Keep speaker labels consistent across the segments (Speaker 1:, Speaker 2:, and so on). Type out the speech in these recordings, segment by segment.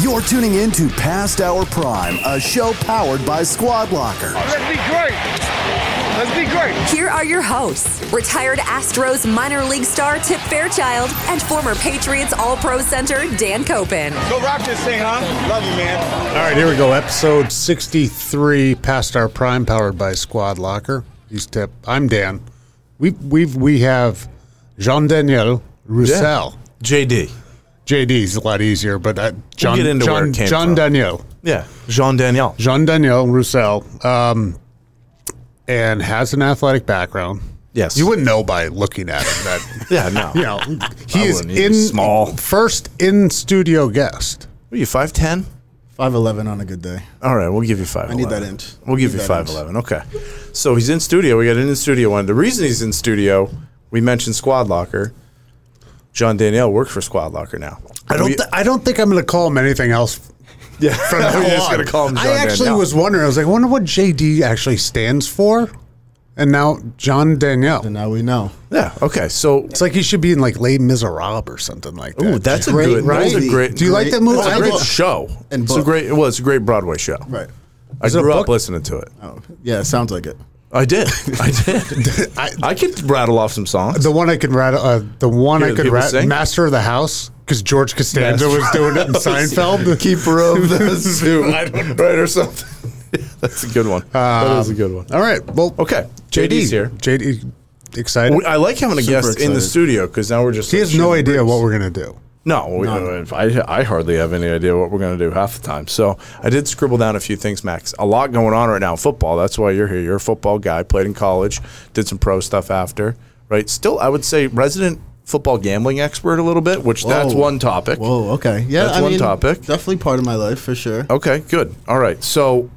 Speaker 1: You're tuning in to Past Hour Prime, a show powered by Squad Locker.
Speaker 2: Let's be great. Let's be great.
Speaker 3: Here are your hosts retired Astros minor league star Tip Fairchild and former Patriots All Pro Center Dan Copen.
Speaker 2: Go rock this thing, huh? Love you, man.
Speaker 4: All right, here we go. Episode 63, Past Our Prime, powered by Squad Locker. He's Tip. I'm Dan. We we've we have Jean Daniel Roussel.
Speaker 5: JD.
Speaker 4: JD's a lot easier, but uh, John
Speaker 5: get into
Speaker 4: John,
Speaker 5: where it came
Speaker 4: John
Speaker 5: from.
Speaker 4: Daniel.
Speaker 5: Yeah. Jean Daniel.
Speaker 4: Jean Daniel Roussel. Um and has an athletic background.
Speaker 5: Yes.
Speaker 4: You wouldn't know by looking at him that
Speaker 5: Yeah, no.
Speaker 4: you know he
Speaker 5: I
Speaker 4: is
Speaker 5: wouldn't. He's
Speaker 4: in
Speaker 5: small.
Speaker 4: first in studio guest.
Speaker 5: What are you, 5'10?
Speaker 6: Five eleven on a good day.
Speaker 5: All right, we'll give you 5'11.
Speaker 6: I need that inch.
Speaker 5: We'll give
Speaker 6: Need
Speaker 5: you
Speaker 6: that
Speaker 5: 5'11.
Speaker 6: inch.
Speaker 5: Okay. So he's in studio. We got an in studio one. The reason he's in studio, we mentioned Squad Locker. John Danielle works for Squad Locker now.
Speaker 4: I don't.
Speaker 5: We-
Speaker 4: Th- I don't think I'm going to call him anything else.
Speaker 5: Yeah.
Speaker 4: from now
Speaker 5: We're Oh, just
Speaker 4: on.
Speaker 5: gonna call him
Speaker 4: I
Speaker 5: John
Speaker 4: actually
Speaker 5: Danielle.
Speaker 4: was wondering. I was like, I wonder what JD actually stands for. And now John Danielle.
Speaker 6: And now we know.
Speaker 5: yeah. Okay. So
Speaker 4: It's like he should be in like Les Miserables or something like that.
Speaker 5: Ooh, that's a
Speaker 4: Great,
Speaker 5: good.
Speaker 4: right?
Speaker 5: That's a great.
Speaker 4: Do you like that movie?
Speaker 5: It's a
Speaker 4: I
Speaker 5: great
Speaker 4: love-
Speaker 5: show.
Speaker 6: And
Speaker 5: it's a
Speaker 6: book.
Speaker 5: great. Well, it's a great Broadway show.
Speaker 6: Right.
Speaker 5: I
Speaker 4: Is it a
Speaker 5: grew up
Speaker 4: book?
Speaker 5: listening to it.
Speaker 6: Oh, yeah, sounds like it.
Speaker 5: I did. I did. I, I could rattle off some songs.
Speaker 4: The one I could rat. Uh, the one
Speaker 5: Hear
Speaker 4: I
Speaker 5: the
Speaker 4: could
Speaker 5: people
Speaker 4: rat.
Speaker 5: sing?
Speaker 4: Master of the House because George Costanza
Speaker 5: Master-
Speaker 4: was doing it in Seinfeld.
Speaker 5: keeper of the zoo, right or something. That's a good one.
Speaker 4: Um,
Speaker 5: that is a good one.
Speaker 4: All right. Well,
Speaker 5: Okay,
Speaker 4: JD's
Speaker 5: JD's here.
Speaker 4: JD, excited.
Speaker 5: We- I like having a
Speaker 6: Super
Speaker 5: guest in the
Speaker 6: excited.
Speaker 5: studio because now we're just.
Speaker 4: he
Speaker 5: like
Speaker 4: has no
Speaker 5: shooting
Speaker 4: idea
Speaker 5: breeze.
Speaker 4: what we're gonna do.
Speaker 5: No, we, uh, I, I hardly have any idea what we're going to do half the time. So I did scribble down a few things, Max. A lot going on right now in football. That's why you're here. You're a football guy. Played in college. Did some pro stuff after. Right. Still, I would say resident football gambling expert a little bit, which that's
Speaker 6: Whoa.
Speaker 5: one topic.
Speaker 6: Whoa, okay. Yeah,
Speaker 5: That's
Speaker 6: I
Speaker 5: one
Speaker 6: mean,
Speaker 5: topic.
Speaker 6: Definitely part of my life for sure.
Speaker 5: Okay. Good. All right. So,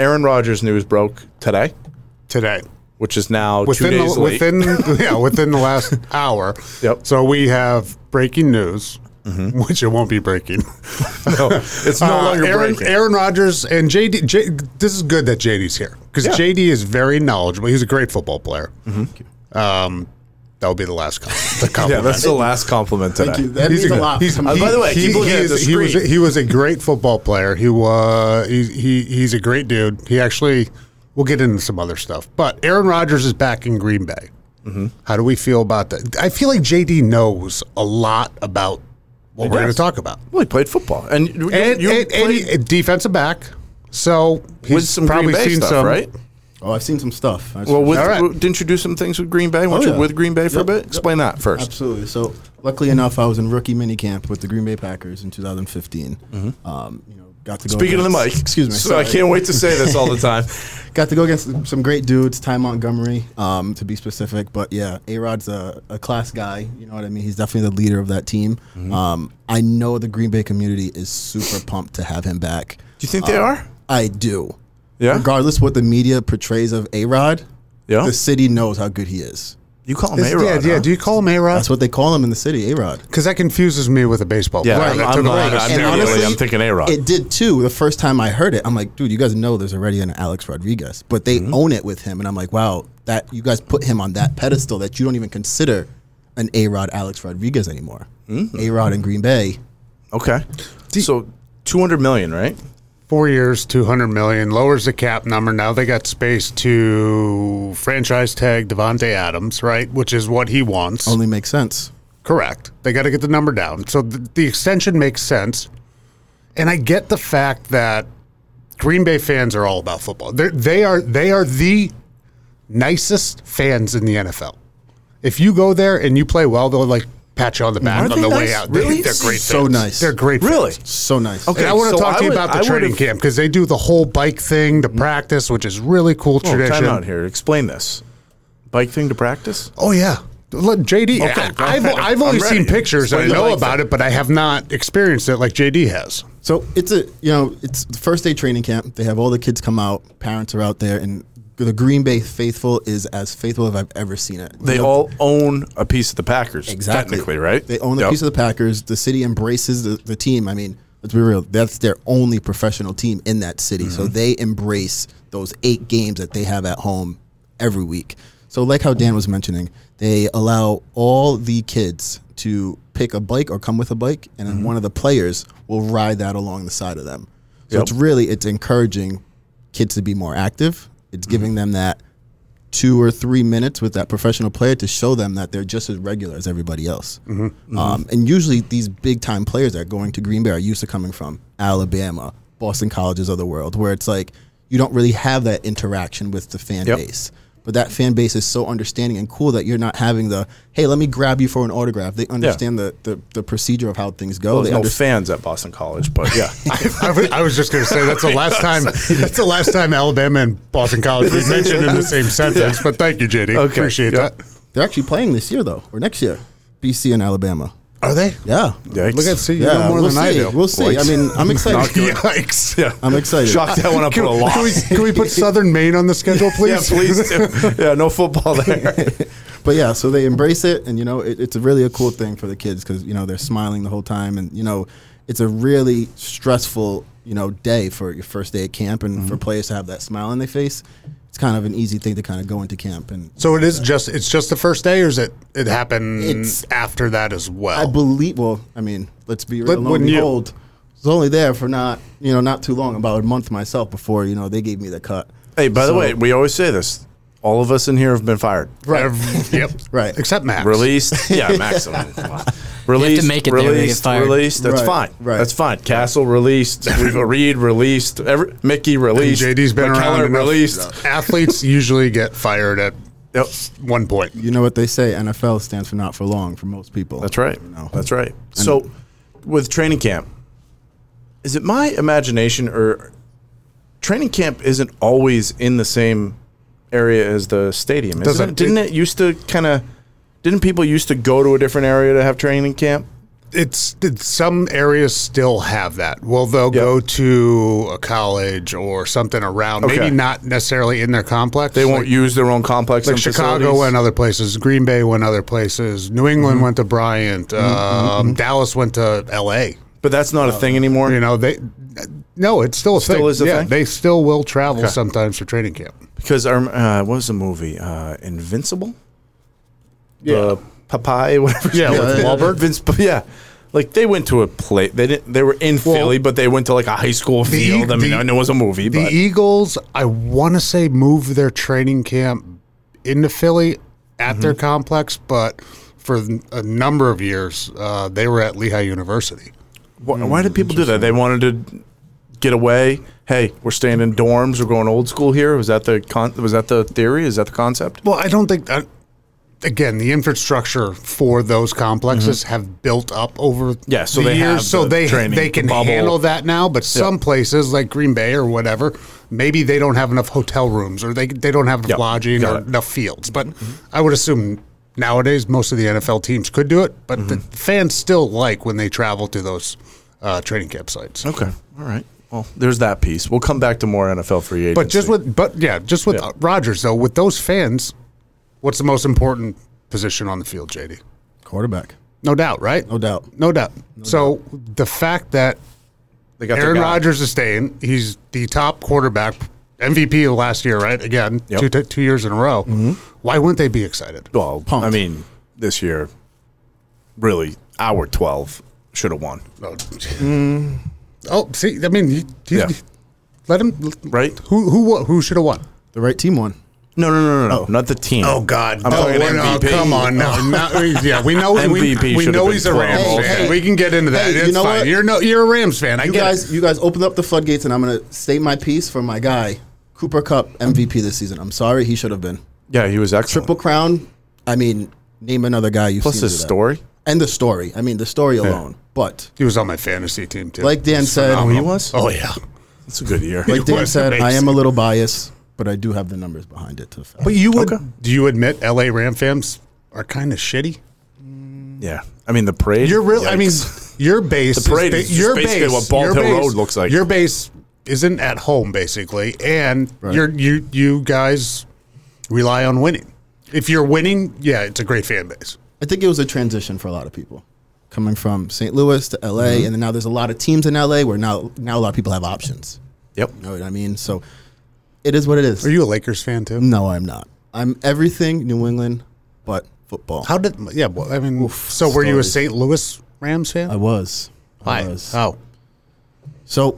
Speaker 5: Aaron Rodgers news broke today,
Speaker 4: Today.
Speaker 5: which is now
Speaker 4: within
Speaker 5: two days
Speaker 4: the,
Speaker 5: late.
Speaker 4: within yeah within the last hour.
Speaker 5: Yep. Mm-hmm.
Speaker 4: So we have breaking news, which it won't be breaking.
Speaker 5: No, it's no
Speaker 4: Uh,
Speaker 5: longer
Speaker 4: Aaron,
Speaker 5: breaking.
Speaker 4: Aaron Rodgers and JD. J, this is good that JD's here because
Speaker 5: Yeah.
Speaker 4: JD is very knowledgeable. He's a great football player. Um, that will be the last com- the
Speaker 5: Mm-hmm. yeah,
Speaker 4: compliment.
Speaker 5: that's the last compliment today.
Speaker 6: Thank you. That means a,
Speaker 4: good-
Speaker 6: lot.
Speaker 4: he's-
Speaker 6: Come
Speaker 5: Uh,
Speaker 6: on.
Speaker 5: by the way,
Speaker 4: he,
Speaker 5: keep looking
Speaker 4: he
Speaker 5: at
Speaker 4: is-
Speaker 5: the
Speaker 4: he was a,
Speaker 5: screen.
Speaker 4: he was a great football player. He was he, he he's a great dude. He actually we'll get into some other stuff. But Aaron Rodgers is back in Green Bay.
Speaker 5: Mm-hmm.
Speaker 4: How do we feel about that? I feel like JD knows a lot about what we're going to
Speaker 5: does.
Speaker 4: talk about.
Speaker 5: Well, he played football, and you,
Speaker 4: And,
Speaker 5: you
Speaker 4: and, and
Speaker 5: played
Speaker 4: he- defensive back. So he's
Speaker 5: with some
Speaker 4: probably
Speaker 5: Green Bay
Speaker 4: seen
Speaker 5: stuff,
Speaker 4: some
Speaker 5: right?
Speaker 6: oh, I've seen some stuff. That's
Speaker 5: Well,
Speaker 6: for
Speaker 5: with,
Speaker 4: All right.
Speaker 5: didn't you do some things with Green Bay? Weren't you
Speaker 6: Oh, yeah.
Speaker 5: with Green Bay for a
Speaker 6: Yep.
Speaker 5: bit? Explain that first.
Speaker 6: Absolutely. So, luckily enough, I was in rookie minicamp with the Green Bay Packers in 2015. Um, you know, got to go
Speaker 5: Mm-hmm. Speaking of the
Speaker 6: against-
Speaker 5: mic,
Speaker 6: Excuse me.
Speaker 5: So
Speaker 6: sorry.
Speaker 5: I can't wait to say this all the time.
Speaker 6: Got to go against some great dudes, Ty Montgomery, um, to be specific. But yeah, A Rod's a, a class guy. You know what I mean? He's definitely the leader of that team.
Speaker 5: Mm-hmm.
Speaker 6: Um, I know the Green Bay community is super pumped to have him back. Um,
Speaker 5: Do you think
Speaker 6: Uh,
Speaker 5: they are?
Speaker 6: I do.
Speaker 5: Yeah.
Speaker 6: Regardless what the media portrays of A Rod,
Speaker 5: Yeah.
Speaker 6: the city knows how good he is.
Speaker 5: You call him
Speaker 4: Is-
Speaker 5: A-Rod,
Speaker 4: yeah, yeah.
Speaker 5: huh?
Speaker 4: Do you call him A Rod?
Speaker 6: That's what they call him in the city, A Rod.
Speaker 4: Because that confuses me with a baseball
Speaker 5: Yeah,
Speaker 4: player.
Speaker 5: I'm-
Speaker 4: That
Speaker 5: I'm
Speaker 4: took a
Speaker 5: not-
Speaker 4: lot of
Speaker 5: I'm
Speaker 4: time.
Speaker 5: not- Immediately, I'm thinking A-Rod.
Speaker 6: It did too. The first time I heard it, I'm like, dude, you guys know there's already an Alex Rodriguez, but they
Speaker 5: Mm-hmm.
Speaker 6: own it with him, and I'm like, wow, that you guys put him on that pedestal that you don't even consider an A Rod Alex Rodriguez anymore.
Speaker 5: Mm-hmm.
Speaker 6: A Rod in Green Bay.
Speaker 5: okay. so 200 million, right?
Speaker 4: Four years, two hundred million lowers the cap number. Now they got space to franchise tag Devonte Adams, right? Which is what he wants.
Speaker 6: Only makes sense.
Speaker 4: Correct. They got to get the number down. So th- the extension makes sense, and I get the fact that Green Bay fans are all about football. They're, they are they are the nicest fans in the NFL. If you go there and you play well, they'll like pat you on the back
Speaker 5: Aren't
Speaker 4: on
Speaker 5: they
Speaker 4: the way
Speaker 5: nice?
Speaker 4: out.
Speaker 5: Really?
Speaker 4: They, are great.
Speaker 6: So
Speaker 4: fans.
Speaker 6: nice.
Speaker 4: They're great. fans.
Speaker 5: Really?
Speaker 6: So nice.
Speaker 5: Okay.
Speaker 4: And I want
Speaker 5: so
Speaker 4: to talk
Speaker 5: I
Speaker 4: to you
Speaker 5: would-
Speaker 4: about
Speaker 5: I
Speaker 4: the
Speaker 5: would've-
Speaker 4: training camp because they do the whole bike thing, the practice, which is really cool
Speaker 5: Oh,
Speaker 4: tradition.
Speaker 5: time out here. Explain this. Bike thing to practice?
Speaker 4: Oh yeah. Look, JD,
Speaker 5: Okay,
Speaker 4: I-
Speaker 5: go
Speaker 4: I've,
Speaker 5: ahead.
Speaker 4: I've only
Speaker 5: I'm ready.
Speaker 4: seen pictures and I
Speaker 5: Explain the
Speaker 4: know
Speaker 5: bike
Speaker 4: about
Speaker 5: thing.
Speaker 4: it, but I have not experienced it like JD has.
Speaker 6: So it's a you know it's the first day training camp. They have all the kids come out. Parents are out there, and the Green Bay faithful is as faithful as I've ever seen it.
Speaker 5: They all own a piece of the Packers, technically, right?
Speaker 6: They own the piece of the Packers. The city embraces the, the team. I mean, let's be real. That's their only professional team in that city.
Speaker 5: Mm-hmm.
Speaker 6: So they embrace those eight games that they have at home every week. So, like how Dan was mentioning, They allow all the kids to pick a bike or come with a bike, and
Speaker 5: Mm-hmm.
Speaker 6: then one of the players will ride that along the side of them. So
Speaker 5: Yep.
Speaker 6: it's really it's encouraging kids to be more active. It's giving
Speaker 5: Mm-hmm.
Speaker 6: them that two or three minutes with that professional player to show them that they're just as regular as everybody else.
Speaker 5: Mm-hmm.
Speaker 6: Um, and usually, these big time players that are going to Green Bay are used to coming from Alabama, Boston colleges of the world, where it's like you don't really have that interaction with the fan
Speaker 5: Yep.
Speaker 6: base. But that fan base is so understanding and cool that you're not having the hey, let me grab you for an autograph. They understand the, the the procedure of how things go. they
Speaker 5: There's no
Speaker 6: understand.
Speaker 5: fans at Boston College, but yeah.
Speaker 4: I, was, I was just going to say that's the last time. That's the last time Alabama and Boston College was mentioned in the same sentence. But thank you, JD.
Speaker 5: Okay,
Speaker 4: Appreciate
Speaker 5: yeah.
Speaker 4: that.
Speaker 6: They're actually playing this year though, or next year. BC and Alabama.
Speaker 4: Are they?
Speaker 6: Yeah.
Speaker 5: Yikes.
Speaker 4: Look at see you
Speaker 6: Yeah,
Speaker 4: know more
Speaker 6: we'll
Speaker 4: than I
Speaker 6: see.
Speaker 4: do.
Speaker 6: We'll see. I mean, I'm excited.
Speaker 5: Not good.
Speaker 4: Yikes!
Speaker 5: yeah.
Speaker 6: I'm excited.
Speaker 5: Shocked that one up
Speaker 4: Can,
Speaker 5: with a lot.
Speaker 4: can we, can we put Southern Maine on the schedule,
Speaker 5: yeah,
Speaker 4: please?
Speaker 5: please. do. Yeah, no football there.
Speaker 6: But yeah, so they embrace it, and you know, it, it's a really a cool thing for the kids because you know they're smiling the whole time, and you know, it's a really stressful you know day for your first day at camp, and
Speaker 5: Mm-hmm.
Speaker 6: for players to have that smile on their face, it's kind of an easy thing to kind of go into camp, and
Speaker 4: So it is just it's just the first day, or is it it happened
Speaker 6: It's-
Speaker 4: after that as well?
Speaker 6: I believe. Well, I mean, let's be real.
Speaker 4: But
Speaker 6: lo and
Speaker 4: wouldn't you-
Speaker 6: behold, I was only there for not you know not too long, about a month myself before you know they gave me the cut.
Speaker 5: Hey, by the
Speaker 6: So-
Speaker 5: way, we always say this. All of us in here have been fired.
Speaker 4: right. yep.
Speaker 6: Right.
Speaker 4: Except Max.
Speaker 5: Released. Yeah, Maximum. Come on. Released.
Speaker 7: make it there, they get
Speaker 5: released.
Speaker 7: fired.
Speaker 5: Released. That's
Speaker 6: Right,
Speaker 5: fine.
Speaker 6: right.
Speaker 5: That's fine. Castle released. Reed released. Every, Mickey released.
Speaker 4: JD's been
Speaker 5: McKellar
Speaker 4: around. enough.
Speaker 5: released.
Speaker 4: Athletes usually get fired at
Speaker 5: Yep.
Speaker 4: one point.
Speaker 6: You know what they say? NFL stands for not for long for most people.
Speaker 5: That's right.
Speaker 6: You know?
Speaker 5: That's right. So, with training camp, is it my imagination or training camp isn't always in the same area as the stadium? Is
Speaker 4: Doesn't-
Speaker 5: it? Didn't it, used to kind of? Didn't people used to go to a different area to have training camp?
Speaker 4: It's, it's some areas still have that. Well, they'll go to a college or something around,
Speaker 5: Okay.
Speaker 4: maybe not necessarily in their complex.
Speaker 5: They won't use their own complex.
Speaker 4: like
Speaker 5: and
Speaker 4: Chicago
Speaker 5: facilities? Mm-hmm.
Speaker 4: went other places, Green Bay went other places, New England went to Bryant, um, Dallas went to L.A.
Speaker 5: but that's not a thing anymore.
Speaker 4: You know they. No, it's still a
Speaker 5: Still
Speaker 4: thing.
Speaker 5: is a
Speaker 4: yeah,
Speaker 5: thing?
Speaker 4: they still will travel sometimes for training camp.
Speaker 5: Because our uh, what was the movie uh, Invincible? The Popeye, whatever.
Speaker 4: Yeah,
Speaker 5: yeah,
Speaker 4: with
Speaker 5: Wahlberg. Vince, yeah, like they went to a play. They didn't. They were in Philly, but they went to like a high school
Speaker 4: The E-
Speaker 5: field. I mean,
Speaker 4: the-
Speaker 5: I know it was a movie,
Speaker 4: The e-
Speaker 5: but
Speaker 4: Eagles, I want to say, moved their training camp into Philly at their complex, but for a number of years, uh, they were at Lehigh University.
Speaker 5: why, why did people do that? They wanted to get away. Hey, we're staying in dorms. We're going old school here. Was that the con- was that the theory? Is that the concept?
Speaker 4: Well, I don't think. I, again, the infrastructure for those complexes have built up over
Speaker 5: Mm-hmm. Yeah, so
Speaker 4: the
Speaker 5: they
Speaker 4: years,
Speaker 5: have
Speaker 4: so
Speaker 5: the
Speaker 4: they
Speaker 5: training,
Speaker 4: they
Speaker 5: the
Speaker 4: can
Speaker 5: bubble.
Speaker 4: handle that now. But some places like Green Bay or whatever, maybe they don't have enough hotel rooms or they they don't have enough
Speaker 5: Yep,
Speaker 4: lodging
Speaker 5: got
Speaker 4: or
Speaker 5: it. Mm-hmm.
Speaker 4: enough fields. But I would assume. Nowadays, most of the NFL teams could do it, but the
Speaker 5: Mm-hmm.
Speaker 4: fans still like when they travel to those uh, training camp sites.
Speaker 5: Okay, all right. Well, there's that piece. We'll come back to more NFL free agency.
Speaker 4: But just with, but yeah, just with
Speaker 5: Yeah.
Speaker 4: Rodgers though, with those fans, what's the most important position on the field, JD?
Speaker 6: Quarterback,
Speaker 4: No doubt, right?
Speaker 6: no doubt.
Speaker 4: No doubt. so the fact that
Speaker 5: they got their
Speaker 4: Aaron
Speaker 5: guy.
Speaker 4: Rodgers is staying, he's the top quarterback, MVP of last year, right? Again,
Speaker 5: Yep. Mm-hmm.
Speaker 4: two, two years in a row. Why wouldn't they be excited?
Speaker 5: Well,
Speaker 6: Pumped.
Speaker 5: I mean, this year, really, our 12 should have won,
Speaker 4: Oh, oh, see, I mean, he, he-
Speaker 5: Yeah.
Speaker 4: let him.
Speaker 5: right?
Speaker 4: Who who wa- who should have won?
Speaker 6: The right team won.
Speaker 5: No, no, no, no, no. Oh. Not the team.
Speaker 4: Oh, God!
Speaker 5: I'm talking
Speaker 4: we're- oh,
Speaker 5: MVP.
Speaker 4: come on now. Not- yeah, we know
Speaker 5: MVP
Speaker 4: We, we
Speaker 5: should
Speaker 4: know
Speaker 5: have
Speaker 4: he's a
Speaker 5: been
Speaker 4: Rams
Speaker 5: 12.
Speaker 4: fan.
Speaker 6: Hey,
Speaker 4: we can get into that.
Speaker 6: hey, you
Speaker 4: it's
Speaker 6: know
Speaker 4: fine.
Speaker 6: what?
Speaker 4: You're no, you're a Rams fan. I
Speaker 6: You
Speaker 4: get it.
Speaker 6: guys, you guys opened up the floodgates, and I'm gonna state my piece for my guy, Cooper Cup MVP this season. I'm sorry, he should have been
Speaker 5: Yeah, he was excellent.
Speaker 6: triple crown. I mean, name another guy you
Speaker 5: Plus his story.
Speaker 6: and the story. I mean, the story alone. But
Speaker 4: He was on my fantasy team too.
Speaker 6: Like Dan said-
Speaker 5: Oh, he
Speaker 4: phenomenal.
Speaker 5: was.
Speaker 4: Oh yeah.
Speaker 5: That's a good year.
Speaker 4: It
Speaker 6: like Dan
Speaker 4: was
Speaker 6: said, I am
Speaker 4: amazing.
Speaker 6: a little biased, but I do have the numbers behind it. To the fact.
Speaker 4: But you would
Speaker 5: Okay.
Speaker 4: do you admit LA Ram fans are kind of shitty?
Speaker 5: yeah, I mean the parade.
Speaker 4: You're really I mean
Speaker 5: Yikes.
Speaker 4: your base
Speaker 5: The parade is just
Speaker 4: your
Speaker 5: basically
Speaker 4: base,
Speaker 5: what Bald
Speaker 4: your
Speaker 5: Hill Road looks like.
Speaker 4: Your base isn't at home basically and you're you you guys rely on winning. If you're winning, yeah, it's a great fan base.
Speaker 6: I think it was a transition for a lot of people coming from St. Louis to LA,
Speaker 5: Mm-hmm.
Speaker 6: and then now there's a lot of teams in LA where now now a lot of people have options.
Speaker 5: Yep.
Speaker 6: You know what I mean? So it is what it is.
Speaker 4: Are you a Lakers fan too?
Speaker 6: No, I'm not. I'm everything New England, but football.
Speaker 4: How did? Yeah. Well, I mean, so were you a
Speaker 6: stories.
Speaker 4: St. Louis Rams fan?
Speaker 6: I was. I
Speaker 4: Why?
Speaker 6: was.
Speaker 4: Oh,
Speaker 6: So,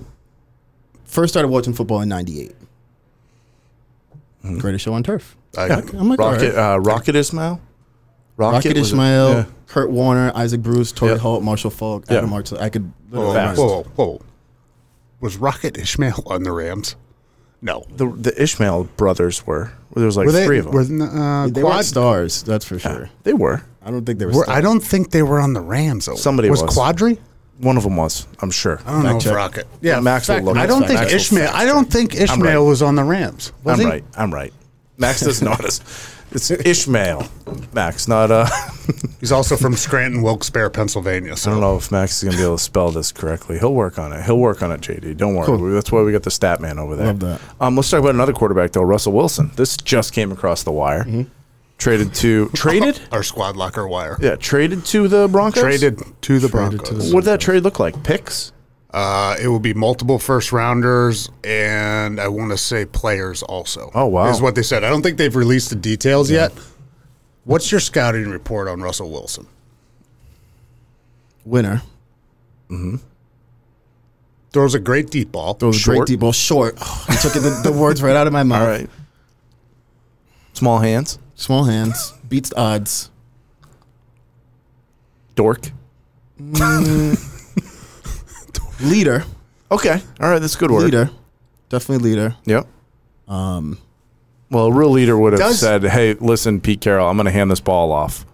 Speaker 6: first started watching football in '98.
Speaker 5: Mm-hmm.
Speaker 6: Greatest show on turf.
Speaker 4: I,
Speaker 6: I'm like,
Speaker 5: Rocket,
Speaker 6: alright.
Speaker 5: uh, Rocket Ismail.
Speaker 6: Rocket,
Speaker 5: was a-
Speaker 6: Ishmael,
Speaker 5: yeah.
Speaker 6: Kurt Warner, Isaac Bruce, Tory
Speaker 5: Yep.
Speaker 6: Holt, Marshall Falk,
Speaker 5: Yeah.
Speaker 6: Adam Martell. I could
Speaker 4: whoa,
Speaker 6: literally
Speaker 5: Fast.
Speaker 6: run.
Speaker 4: whoa, whoa. Was Rocket Ishmael on the Rams? No.
Speaker 5: The, the Ishmael brothers were. There was like
Speaker 4: were they?
Speaker 5: three of them.
Speaker 4: Were, n- uh,
Speaker 6: They
Speaker 4: Quad-
Speaker 6: weren't stars, that's for sure.
Speaker 5: they were.
Speaker 6: I don't think they were,
Speaker 4: were-
Speaker 6: stars.
Speaker 4: I don't think they were on the Rams. Though.
Speaker 5: Somebody
Speaker 4: was
Speaker 5: was.
Speaker 4: Quadri.
Speaker 5: One of them was. I'm sure.
Speaker 4: I don't know
Speaker 6: Fact
Speaker 4: if
Speaker 6: check.
Speaker 4: Rocket. Yeah,
Speaker 5: Max will
Speaker 4: fact-
Speaker 5: look
Speaker 4: I
Speaker 5: it
Speaker 4: don't
Speaker 5: up.
Speaker 4: think
Speaker 5: Max will
Speaker 4: Ishmael.
Speaker 5: fact
Speaker 4: I don't think Ishmael was on the Rams. Was
Speaker 5: I'm
Speaker 4: he?
Speaker 5: right. I'm right. Max doesn't know this. It's Ishmael. Max, not uh.
Speaker 4: He's also from Scranton, Wilkes-Barre, Pennsylvania.
Speaker 5: I
Speaker 4: So
Speaker 5: don't know if Max is gonna be able to spell this correctly. He'll work on it. He'll work on it, JD. Don't worry. We- That's why we got the stat man over there.
Speaker 6: Love that.
Speaker 5: Um, let's talk about another quarterback though, Russell Wilson. This just came across the wire.
Speaker 6: Mm-hmm.
Speaker 5: Traded to traded.
Speaker 4: our squad locker wire
Speaker 5: Yeah, traded to the Broncos.
Speaker 4: traded to the
Speaker 6: Traded
Speaker 4: Broncos.
Speaker 6: to the
Speaker 5: What did that trade look like? Picks.
Speaker 4: Uh, it will be multiple first rounders, and I want to say players also.
Speaker 5: Oh, wow.
Speaker 4: is what they said. I don't think they've released the details yet. What's your scouting report on Russell Wilson?
Speaker 6: winner.
Speaker 4: Throws a great deep ball.
Speaker 6: Throws a great
Speaker 5: Short?
Speaker 6: deep ball short. Oh, you took it, the, the words right out of my mouth.
Speaker 5: All right. Small hands.
Speaker 6: Small hands beats the odds.
Speaker 5: Dork.
Speaker 6: Leader,
Speaker 5: Okay. All right. That's a good word.
Speaker 6: leader, definitely leader.
Speaker 5: Yep. Um. Well, a real leader would have
Speaker 4: Does-
Speaker 5: said, "Hey, listen, Pete Carroll, I'm going to hand this ball off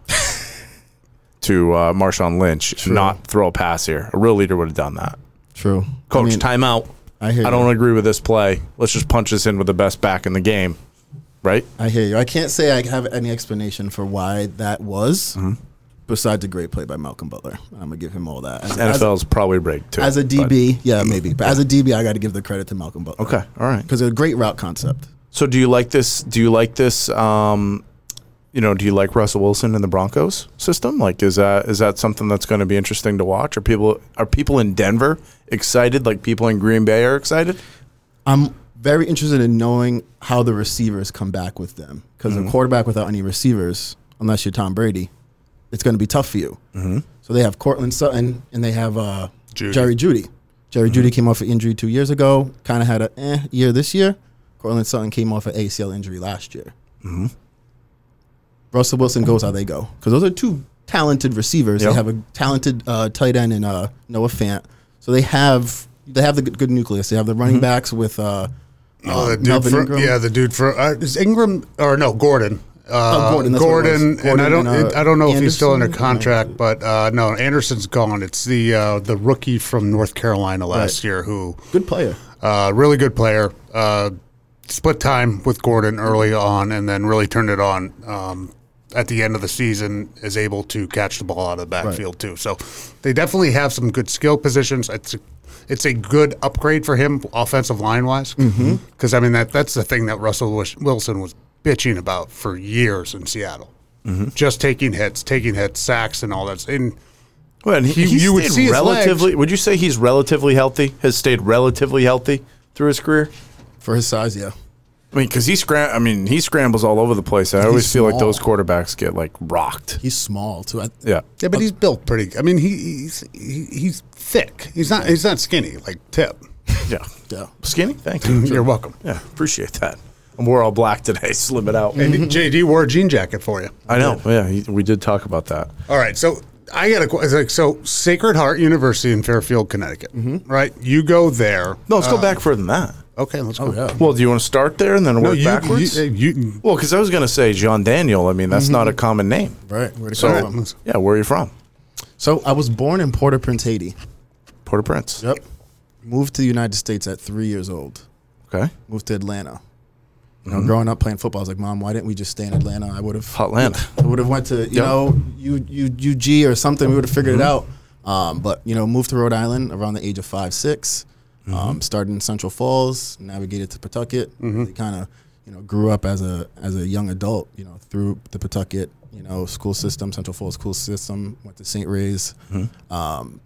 Speaker 5: to uh, Marshawn Lynch, not throw a pass here." A real leader would have done that.
Speaker 6: True.
Speaker 5: Coach,
Speaker 6: I mean,
Speaker 5: timeout.
Speaker 6: I hear
Speaker 5: I
Speaker 6: you.
Speaker 5: don't agree with this play. Let's just punch this in with the best back in the game, right?
Speaker 6: I hear you. I can't say I have any explanation for why that was,
Speaker 5: Mm-hmm.
Speaker 6: besides a great play by Malcolm Butler. I'm gonna give him all that. As, as-
Speaker 5: NFL's probably rigged too.
Speaker 6: as a
Speaker 5: but-
Speaker 6: DB, yeah, maybe. But as a DB, I got to give the credit to Malcolm Butler.
Speaker 5: okay, all right.
Speaker 6: because a great route concept.
Speaker 5: So, do you like this? Do you like this? Um, you know, do you like Russell Wilson in the Broncos system? Like, is that is that something that's going to be interesting to watch? Are people are people in Denver excited? Like people in Green Bay are excited?
Speaker 6: I'm very interested in knowing how the receivers come back with them because
Speaker 5: Mm-hmm.
Speaker 6: a quarterback without any receivers, unless you're Tom Brady, it's going to be tough for you. Mm-hmm. So they have Cortland Sutton and they have uh,
Speaker 4: Judy.
Speaker 6: Jerry Judy. Jerry Judy came off an injury two years ago, kind of had a eh year this year. Cortland Sutton came off an ACL injury last year. Mm-hmm. Russell Wilson goes how they go because those are two talented receivers.
Speaker 5: Yep.
Speaker 6: They have a talented uh, tight end and uh, Noah Fant. So they have they have the good, good nucleus. They have the running backs with uh,
Speaker 4: Oh, the dude
Speaker 6: Melvin
Speaker 4: from-
Speaker 6: Ingram?
Speaker 4: yeah, the dude for uh, is Ingram or no Gordon. Uh,
Speaker 6: Oh, Gordon, that's what it was.
Speaker 4: Gordon, and I
Speaker 6: Gordon
Speaker 4: don't,
Speaker 6: and, uh,
Speaker 4: I don't know if he's still under
Speaker 6: Anderson? I don't
Speaker 4: contract, but uh, no, Anderson's gone. It's the uh, the rookie from North Carolina last
Speaker 6: Right.
Speaker 4: year who
Speaker 6: good player.
Speaker 4: Uh, really good player. Uh, split time with Gordon early on, and then really turned it on um, at the end of the season. Is able to catch the ball out of the backfield too. So they definitely have some good skill positions. It's a, it's a good upgrade for him offensive line wise. Because I mean that that's the thing that Russell Wish- Wilson was bitching about for years in Seattle. Just taking hits, taking hits, sacks, and all that. And
Speaker 5: Well, and
Speaker 4: He- you would
Speaker 5: stayed
Speaker 4: see his
Speaker 5: relatively. Would you say he's relatively healthy? Has stayed relatively healthy through his career?
Speaker 6: For his size, yeah.
Speaker 5: I mean, because he scram. I mean, he scrambles all over the place. I always feel like
Speaker 6: small.
Speaker 5: those quarterbacks get like rocked.
Speaker 6: He's small too. I,
Speaker 5: Yeah.
Speaker 4: Yeah, but he's built pretty. I mean, he, he's he, he's thick. He's not he's not skinny like Tip.
Speaker 5: Yeah.
Speaker 6: yeah.
Speaker 5: Skinny. Thank you.
Speaker 4: You're welcome.
Speaker 5: Yeah. Appreciate that. And we're all black today. Slim it out.
Speaker 6: Mm-hmm.
Speaker 4: And JD wore a jean jacket for you.
Speaker 5: I know. Yeah, he, we did talk about that.
Speaker 4: All right, so I got a question. So Sacred Heart University in Fairfield, Connecticut, right? You go there.
Speaker 5: No, let's go back further than that.
Speaker 4: Okay, let's
Speaker 6: Oh,
Speaker 4: go.
Speaker 5: Uh, Well, do you want to start there and then work
Speaker 4: you,
Speaker 5: backwards?
Speaker 4: you, uh, you-
Speaker 5: well, because I was going to say John Daniel. I mean, that's not a common name.
Speaker 6: Right. Where to
Speaker 5: So,
Speaker 6: come from.
Speaker 4: let's-
Speaker 5: Mm-hmm. yeah, where are you from?
Speaker 6: So I was born in Port-au-Prince, Haiti.
Speaker 5: Port-au-Prince.
Speaker 6: Yep. Moved to the United States at three years old.
Speaker 5: Okay.
Speaker 6: Moved to Atlanta. You know, growing up playing football, I was like, Mom, why didn't we just stay in Atlanta? I would have
Speaker 5: Hotlanta.
Speaker 6: I would have went to you
Speaker 5: Yep.
Speaker 6: know U, U, UG or something. We would have figured it out. Um, but you know, moved to Rhode Island around the age of five, six. Um, started in Central Falls, navigated to Pawtucket. Kind of, you know, grew up as a as a young adult. You know, through the Pawtucket, you know, school system, Central Falls school system. Went to St. Ray's. Um,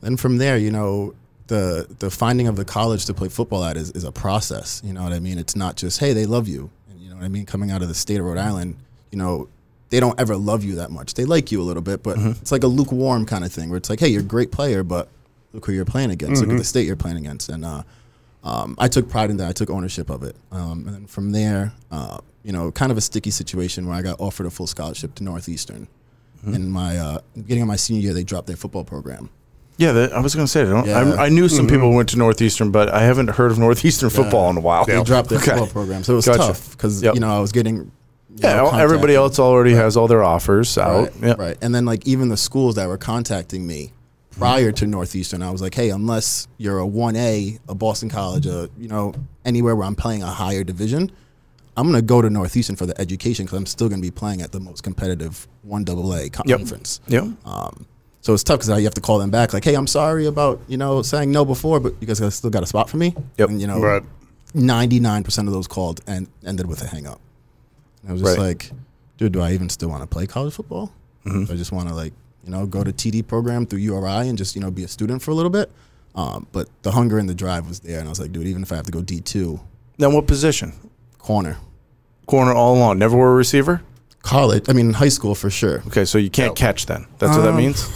Speaker 6: then from there, you know, the the finding of the college to play football at is, is a process. You know what I mean? It's not just hey, they love you. And you know what I mean? Coming out of the state of Rhode Island, you know, they don't ever love you that much. They like you a little bit, but it's like a lukewarm kind of thing where it's like, hey, you're a great player, but look who you're playing against. Look at the state you're playing against. And uh, um, I took pride in that. I took ownership of it. Um, and then from there, uh, you know, kind of a sticky situation where I got offered a full scholarship to Northeastern. And my uh, beginning of my senior year, they dropped their football program.
Speaker 5: Yeah, that, I was going to say. I, don't,
Speaker 6: Yeah.
Speaker 5: I, I knew some people went to Northeastern, but I haven't heard of Northeastern football in a while.
Speaker 6: They dropped their
Speaker 5: Okay.
Speaker 6: football program, so it was
Speaker 5: Gotcha.
Speaker 6: tough because
Speaker 5: Yep.
Speaker 6: you know I was getting. you
Speaker 5: Yeah,
Speaker 6: know,
Speaker 5: everybody
Speaker 6: contacted.
Speaker 5: else already has all their offers out.
Speaker 6: Right,
Speaker 5: Yeah.
Speaker 6: right. And then like even the schools that were contacting me prior to Northeastern, I was like, hey, unless you're a one A, a Boston College, a you know anywhere where I'm playing a higher division, I'm gonna go to Northeastern for the education because I'm still gonna be playing at the most competitive one double A
Speaker 5: Yep.
Speaker 6: conference.
Speaker 5: Yep.
Speaker 6: Um, so it's tough because you have to call them back, like, "Hey, I'm sorry about you know saying no before, but you guys got- still got a spot for me."
Speaker 5: Yep.
Speaker 6: And you
Speaker 4: Right.
Speaker 6: know, ninety nine percent of those called and ended with a hang up. And I was just
Speaker 5: Right. Mm-hmm.
Speaker 6: like, "Dude, do I even still want to play college football? Do I just want to like you know go to TD program through URI and just you know be a student for a little bit." Um, but the hunger and the drive was there, and I was like, "Dude, even if I have to go D two
Speaker 5: Now, what position?
Speaker 6: corner
Speaker 5: Corner all along. Never were a receiver?
Speaker 6: college, I mean high school for sure."
Speaker 5: Okay, so you can't catch then. That's what that
Speaker 6: Um,
Speaker 5: means?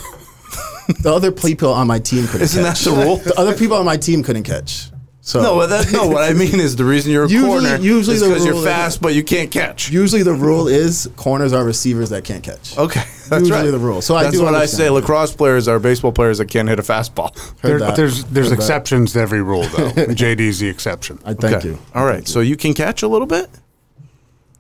Speaker 6: The other people on my team couldn't.
Speaker 5: Isn't that
Speaker 6: catch.
Speaker 5: the rule?
Speaker 6: The other people on my team couldn't catch. So
Speaker 5: No, but that, no. What I mean is the reason you're a
Speaker 6: Usually-
Speaker 5: corner
Speaker 6: usually
Speaker 5: is
Speaker 6: the
Speaker 5: because you're
Speaker 6: rule is-
Speaker 5: fast, but you can't catch.
Speaker 6: Usually the rule is corners are receivers that can't catch.
Speaker 5: okay, that's
Speaker 6: usually
Speaker 5: right.
Speaker 6: the rule. So I
Speaker 5: that's
Speaker 6: do
Speaker 5: what I
Speaker 6: understand.
Speaker 5: say. Lacrosse players are baseball players that can't hit a fastball.
Speaker 6: Heard
Speaker 4: There-
Speaker 6: that.
Speaker 4: There's there's
Speaker 6: Heard that.
Speaker 4: exceptions to every rule though. JD's the exception.
Speaker 6: I thank you.
Speaker 5: All right, so you can catch a little bit.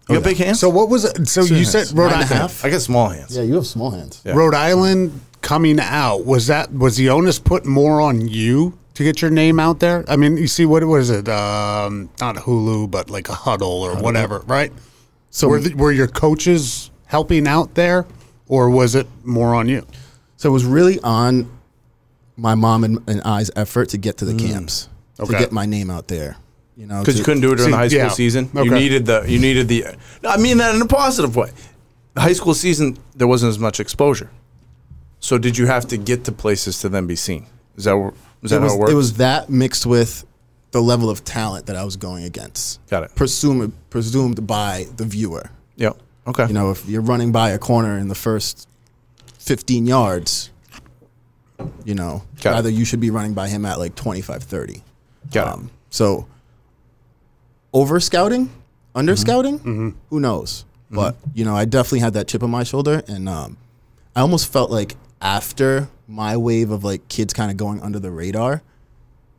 Speaker 5: You got big hands.
Speaker 4: So what was it? So you said Rhode
Speaker 6: Nine and a
Speaker 4: Island,
Speaker 6: half.
Speaker 5: I got small hands.
Speaker 6: Yeah, you have small hands.
Speaker 5: Yeah.
Speaker 4: Rhode Island coming out was that was the onus put more on you to get your name out there? I mean, you see what was it? Um, not Hulu, but like a huddle or whatever, right? So were, the, were your coaches helping out there, or was it more on you?
Speaker 6: So it was really on my mom and, and I's effort to get to the camps
Speaker 4: Okay.
Speaker 6: to get my name out there. You know,
Speaker 5: Mm. because
Speaker 6: to-
Speaker 5: you couldn't do it during the high school
Speaker 4: yeah.
Speaker 5: season.
Speaker 4: Okay.
Speaker 5: You needed the you needed the. I mean that in a positive way. The high school season there wasn't as much exposure. So did you have to get to places to then be seen? Is that where- is that
Speaker 6: it was,
Speaker 5: how it works?
Speaker 6: it was that mixed with the level of talent that I was going against.
Speaker 5: Got it.
Speaker 6: Presumed presumed by the viewer.
Speaker 5: yeah. Okay.
Speaker 6: You know, if you're running by a corner in the first 15 yards, you know,
Speaker 5: Got it.
Speaker 6: rather you should be running by him at like 25, 30.
Speaker 5: Got it.
Speaker 6: Um, so over scouting, under scouting,
Speaker 5: Mm-hmm.
Speaker 6: who knows? But you know, I definitely had that chip on my shoulder, and um, I almost felt like after my wave of like kids kind of going under the radar,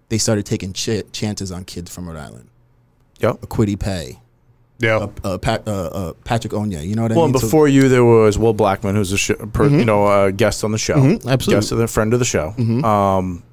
Speaker 6: they started taking ch- chances on kids from Rhode Island,
Speaker 5: Yep.
Speaker 6: Quiddy Pay,
Speaker 4: Yeah,
Speaker 6: uh, Pat, uh, uh, Patrick Onye. You know what I
Speaker 5: Well,
Speaker 6: mean?
Speaker 5: and
Speaker 6: So-
Speaker 5: before you, there was Will Blackman, who's a sh- per,
Speaker 4: Mm-hmm.
Speaker 5: you know a guest on the show,
Speaker 6: absolutely.
Speaker 5: guest of the friend of the show.
Speaker 4: Mm-hmm.
Speaker 5: Um,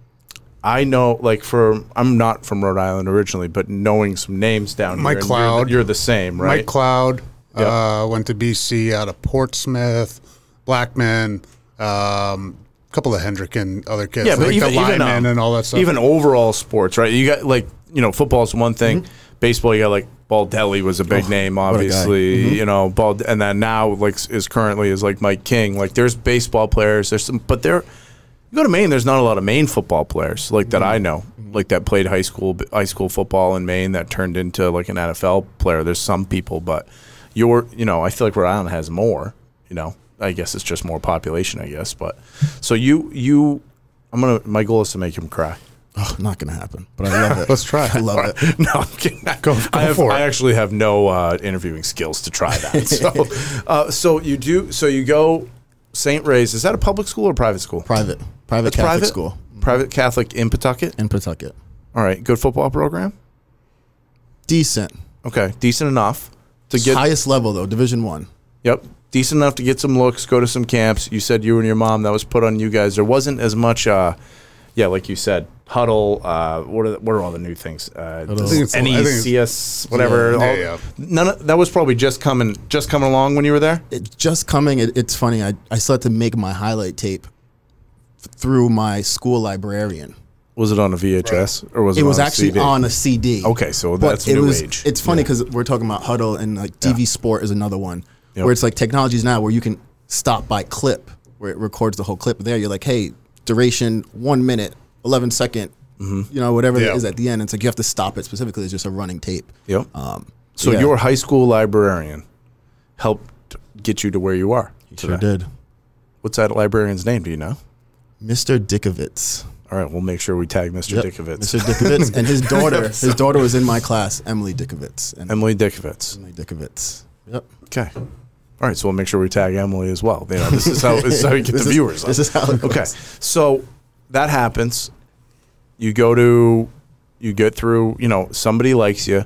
Speaker 5: I know, like, for I'm not from Rhode Island originally, but knowing some names down
Speaker 4: Mike
Speaker 5: here, and you're,
Speaker 4: Cloud.
Speaker 5: the, you're the same, right?
Speaker 4: Mike Cloud
Speaker 5: Yeah.
Speaker 4: uh, went to BC out of Portsmouth, Blackman, a um, couple of Hendrick and other kids,
Speaker 5: yeah,
Speaker 4: like
Speaker 5: but even,
Speaker 4: the
Speaker 5: even
Speaker 4: linemen
Speaker 5: um,
Speaker 4: and all that stuff.
Speaker 5: Even overall sports, right? You got like you know football's one thing,
Speaker 4: Mm-hmm.
Speaker 5: baseball you got like Baldelli was a big
Speaker 4: Oh,
Speaker 5: name,
Speaker 6: a guy.
Speaker 5: obviously.
Speaker 4: Mm-hmm.
Speaker 5: You know, Bald, and then now like s- is currently is like Mike King. Like there's baseball players, there's some, but there. You go to Maine. There's not a lot of Maine football players like that I
Speaker 4: Mm-hmm.
Speaker 5: know, like that played high school high school football in Maine that turned into like an NFL player. There's some people, but your you know I feel like Rhode Island has more. You know, I guess it's just more population. I guess, but so you you I'm gonna. My goal is to make him cry.
Speaker 6: oh, not gonna happen, but I love it.
Speaker 4: Let's try.
Speaker 6: I love it.
Speaker 5: no, I'm kidding.
Speaker 4: Go- go
Speaker 5: I, have,
Speaker 4: for it.
Speaker 5: I actually have no uh, interviewing skills to try that. so, uh, so you do. So you go. St. Ray's is that a public school or private school?
Speaker 6: Private, private
Speaker 5: That's
Speaker 6: Catholic
Speaker 5: private
Speaker 6: school
Speaker 5: Private Catholic in Pawtucket.
Speaker 6: in Pawtucket.
Speaker 5: All right, good football program.
Speaker 6: Decent,
Speaker 5: Okay, decent enough to get.
Speaker 6: highest level though, Division One.
Speaker 5: Yep, decent enough to get some looks. Go to some camps. You said you and your mom that was put on you guys. There wasn't as much. Uh, yeah, like you said, huddle. Uh, what are the, what are all the new things? Uh,
Speaker 4: think it's- I think it's-
Speaker 5: NECS, whatever.
Speaker 4: Yeah,
Speaker 5: all-
Speaker 4: yeah.
Speaker 5: None of, that was probably just coming just coming along when you were there.
Speaker 6: it just coming. It, it's funny. I, I still had to make my highlight tape f- through my school librarian.
Speaker 5: Was it on a VHS or was it?
Speaker 6: It was
Speaker 5: on a
Speaker 6: actually
Speaker 5: CD?
Speaker 6: on a CD.
Speaker 5: Okay, so
Speaker 6: But
Speaker 5: that's
Speaker 6: it
Speaker 5: new
Speaker 6: was,
Speaker 5: age.
Speaker 6: It's funny because we're talking about huddle and like TV Sport is another one
Speaker 5: Yep.
Speaker 6: where it's like technologies now where you can stop by clip where it records the whole clip. There you're like, hey, duration one minute, eleven second,
Speaker 5: Mm-hmm.
Speaker 6: You know, whatever
Speaker 4: Yeah.
Speaker 6: that is at the end. It's like you have to stop it specifically. It's just a running tape.
Speaker 5: Yep.
Speaker 6: Um,
Speaker 5: so
Speaker 6: yeah.
Speaker 5: your high school librarian helped get you to where you are.
Speaker 6: Sure did.
Speaker 5: What's that librarian's name? Do you know?
Speaker 6: Mr. Dickovitz.
Speaker 5: All right, we'll make sure we tag Mr.
Speaker 6: Yep,
Speaker 5: Dickovitz.
Speaker 6: Mr. Dickovitz and his daughter. His daughter was in my class, Emily Dickovitz. And
Speaker 5: Emily Dickovitz.
Speaker 6: Emily Dickovitz. Yep.
Speaker 5: Okay. All right, so we'll make sure we tag Emily as well. You know, this is how, this is how you get
Speaker 6: This
Speaker 5: the
Speaker 6: is-
Speaker 5: viewers.
Speaker 6: this is how it
Speaker 5: Okay,
Speaker 6: goes.
Speaker 5: so that happens. You go to, you get through. You know, somebody likes you.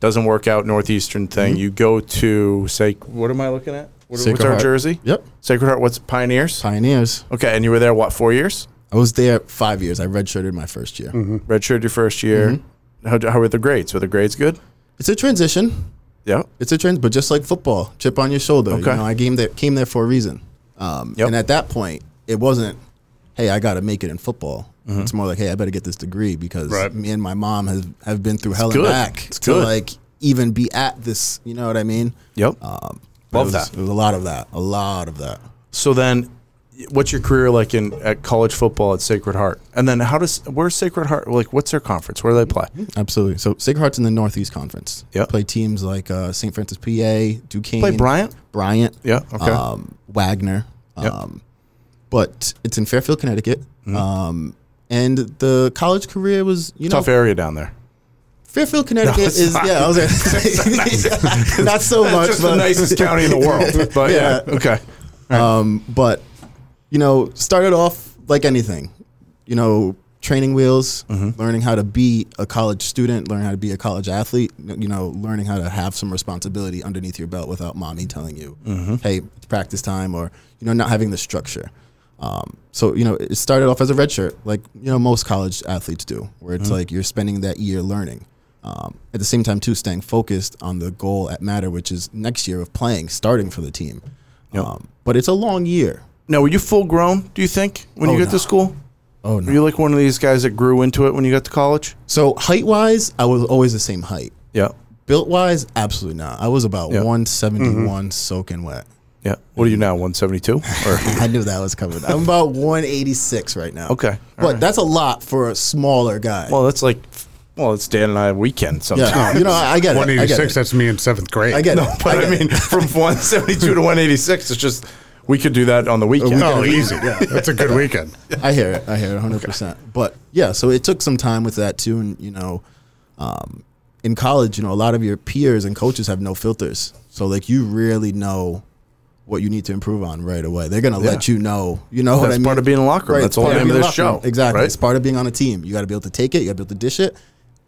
Speaker 5: Doesn't work out. Northeastern thing. You go to say, what am I looking at? What, what's
Speaker 6: Mm-hmm. Sacred
Speaker 5: our
Speaker 6: Heart.
Speaker 5: jersey?
Speaker 6: Yep.
Speaker 5: Sacred Heart. What's Pioneers?
Speaker 6: Pioneers.
Speaker 5: Okay, and you were there what four years?
Speaker 6: I was there five years. I redshirted my first year.
Speaker 5: Mm-hmm. Redshirt your first year.
Speaker 6: Mm-hmm.
Speaker 5: How, how were the grades? Were the grades good?
Speaker 6: It's a transition.
Speaker 5: Yeah.
Speaker 6: It's a trend, but just like football, chip on your shoulder.
Speaker 5: Okay.
Speaker 6: You know, I came there, came there for a reason. Um,
Speaker 5: Yep.
Speaker 6: And at that point, it wasn't, hey, I got to make it in football.
Speaker 5: Mm-hmm.
Speaker 6: It's more like, hey, I better get this degree because
Speaker 4: Right.
Speaker 6: me and my mom have, have been through hell and
Speaker 5: good.
Speaker 6: back
Speaker 5: It's
Speaker 6: to
Speaker 5: good.
Speaker 6: like even be at this. You know what I mean?
Speaker 5: Yep.
Speaker 6: Um,
Speaker 5: Love
Speaker 6: it was-
Speaker 5: that.
Speaker 6: It was a lot of that. A lot of that.
Speaker 5: So then, what's your career like in at college football at Sacred Heart? And then how does where's Sacred Heart? Like, what's their conference? Where do they play?
Speaker 6: Absolutely. So Sacred Heart's in the Northeast Conference.
Speaker 5: Yep.
Speaker 6: Play teams like uh, St. Francis, PA, Duquesne.
Speaker 5: Play Bryant?
Speaker 6: Bryant.
Speaker 5: Yeah, okay.
Speaker 6: Um, Wagner.
Speaker 5: Yep. Mm-hmm.
Speaker 6: Um, but it's in Fairfield, Connecticut. Um, and the college career was, you know,
Speaker 5: Tough area down there.
Speaker 6: Fairfield, Connecticut
Speaker 5: No, it's
Speaker 6: is,
Speaker 5: not.
Speaker 6: yeah, I was not, not so much,
Speaker 5: Just
Speaker 6: but
Speaker 5: the nicest county in the world. But yeah,
Speaker 6: Yeah.
Speaker 5: okay.
Speaker 6: Um, but you know, started off like anything, you know, training wheels, learning how to be a college student, learning how to be a college athlete, you know, learning how to have some responsibility underneath your belt without mommy telling you, "Hey, it's practice time," or you know, not having the structure. Um, so you know, it started off as a red shirt, like you know most college athletes do, where it's like you're spending that year learning. Um, at the same time, too, staying focused on the goal at matter, which is next year of playing, starting for the team. Um, but it's a long year.
Speaker 5: Now, were you full grown? Do you think when you
Speaker 6: Oh,
Speaker 5: got
Speaker 6: no.
Speaker 5: to school?
Speaker 6: Oh
Speaker 5: Were you like one of these guys that grew into it when you got to college?
Speaker 6: So height wise, I was always the same height.
Speaker 5: Yeah.
Speaker 6: Built wise, absolutely not. I was about
Speaker 5: Yeah. Mm-hmm.
Speaker 6: 171 soaking wet.
Speaker 5: Yeah. What are you now? One seventy two? Or
Speaker 6: I knew that was coming. I'm about 186 right now.
Speaker 5: Okay. All
Speaker 6: but
Speaker 5: right.
Speaker 6: that's a lot for a smaller guy.
Speaker 5: well, that's like, well, it's Dan and I weekend sometimes.
Speaker 6: yeah, you know, I, I get it. I get it.
Speaker 4: 186, that's me in seventh grade.
Speaker 6: I get it.
Speaker 5: But I,
Speaker 6: get it.
Speaker 5: mean, from 172 to 186, it's just we could do that on the weekend.
Speaker 4: Oh, easy. That's a good weekend.
Speaker 6: I hear it. I hear it 100%. But yeah, so it took some time with that too. And, you know, um, in college, you know, a lot of your peers and coaches have no filters. So, like, you really know what you need to improve on right away. They're going to let
Speaker 5: Yeah.
Speaker 6: you know. You know what
Speaker 5: That's
Speaker 6: I mean?
Speaker 5: part of being in the locker room. That's
Speaker 6: it's
Speaker 5: the whole
Speaker 6: part of
Speaker 5: name of
Speaker 6: being
Speaker 5: this
Speaker 6: in the locker room.
Speaker 5: show,
Speaker 6: Exactly.
Speaker 5: right?
Speaker 6: It's part of being on a team. You got to be able to take it, you got to be able to dish it.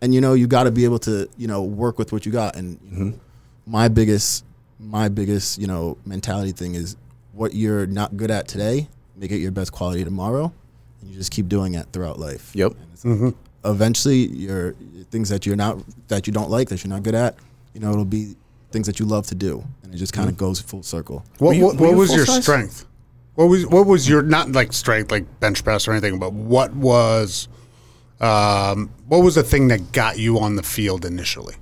Speaker 6: And, you know, you got to be able to, you know, work with what you got. And, you
Speaker 5: Mm-hmm.
Speaker 6: know, my biggest my biggest you know mentality thing is what you're not good at today make it your best quality tomorrow and you just keep doing it throughout life
Speaker 5: Yep.
Speaker 6: And it's like, eventually your things that you're not that you don't like that you're not good at you know it'll be things that you love to do and it just kind of goes full circle
Speaker 4: What,
Speaker 5: you-
Speaker 4: what,
Speaker 5: were
Speaker 4: what
Speaker 5: you
Speaker 4: was
Speaker 5: full
Speaker 4: your
Speaker 5: size?
Speaker 4: strength? What was what was your not like strength like bench press or anything, but what was um, what was the thing that got you on the field initially?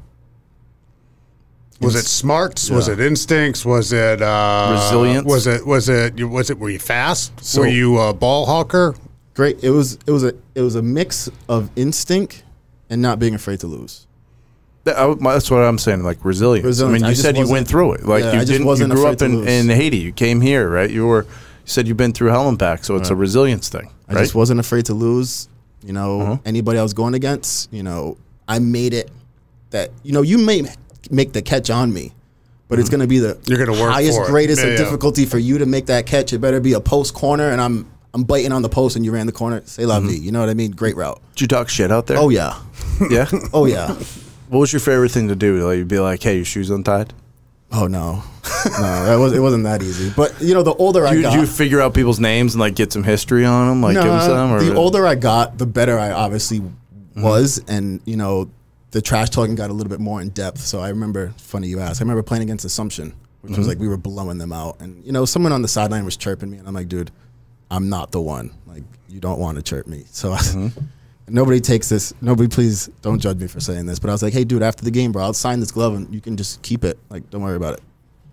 Speaker 4: Was it smarts? Was it instincts? Was it uh,
Speaker 5: Resilience?
Speaker 4: Was it was it you- was it were you fast?
Speaker 6: So-
Speaker 4: were you a ball hawker?
Speaker 6: great it was it was a it was a mix of instinct and not being afraid to lose
Speaker 5: That- I would- that's what I'm saying, like resilience. I
Speaker 6: Resilience.
Speaker 5: mean,
Speaker 6: I
Speaker 5: you
Speaker 6: just
Speaker 5: said you
Speaker 6: wasn't-
Speaker 5: went through it. Like
Speaker 6: Yeah, I
Speaker 5: you
Speaker 6: just
Speaker 5: didn't.
Speaker 6: wasn't
Speaker 5: you grew
Speaker 6: afraid
Speaker 5: up
Speaker 6: to
Speaker 5: in,
Speaker 6: lose.
Speaker 5: in Haiti. You came here, right? You were. You said you've been through hell and back, so it's a resilience thing,
Speaker 6: I
Speaker 5: right?
Speaker 6: just wasn't afraid to lose. You know,
Speaker 4: Uh-huh.
Speaker 6: anybody I was going against, you know, I made it that, you know, you may make the catch on me, but it's going to be the
Speaker 4: Mm-hmm. You're gonna work
Speaker 6: highest,
Speaker 4: for it.
Speaker 6: greatest
Speaker 4: Yeah,
Speaker 6: of
Speaker 4: yeah.
Speaker 6: difficulty for you to make that catch. It better be a post corner and I'm I'm biting on the post and you ran the corner. Say
Speaker 4: Mm-hmm.
Speaker 6: la vie. You know what I mean? Great route.
Speaker 5: Did you talk shit out there?
Speaker 6: Oh, yeah.
Speaker 5: yeah.
Speaker 6: Oh, yeah.
Speaker 5: What was your favorite thing to do? Like you'd be like, "Hey, your shoes untied."
Speaker 6: oh, no. No, that was, it wasn't that easy. But, you know, the older I
Speaker 5: You,
Speaker 6: got.
Speaker 5: you figure out people's names and like get some history on them, like give 'em
Speaker 6: Nah,
Speaker 5: some. Or
Speaker 6: the older I got, the better I obviously
Speaker 5: Mm-hmm.
Speaker 6: was, and you know, the trash talking got a little bit more in depth. So I remember, funny you ask, I remember playing against Assumption, which
Speaker 5: Mm-hmm.
Speaker 6: was like we were blowing them out, and you know, someone on the sideline was chirping me, and I'm like, dude, I'm not the one. Like, you don't want to chirp me, so. I,
Speaker 5: Mm-hmm.
Speaker 6: Nobody takes this. Nobody, please don't judge me for saying this. But I was like, "Hey, dude, after the game, bro, I'll sign this glove and you can just keep it. Like, don't worry about it.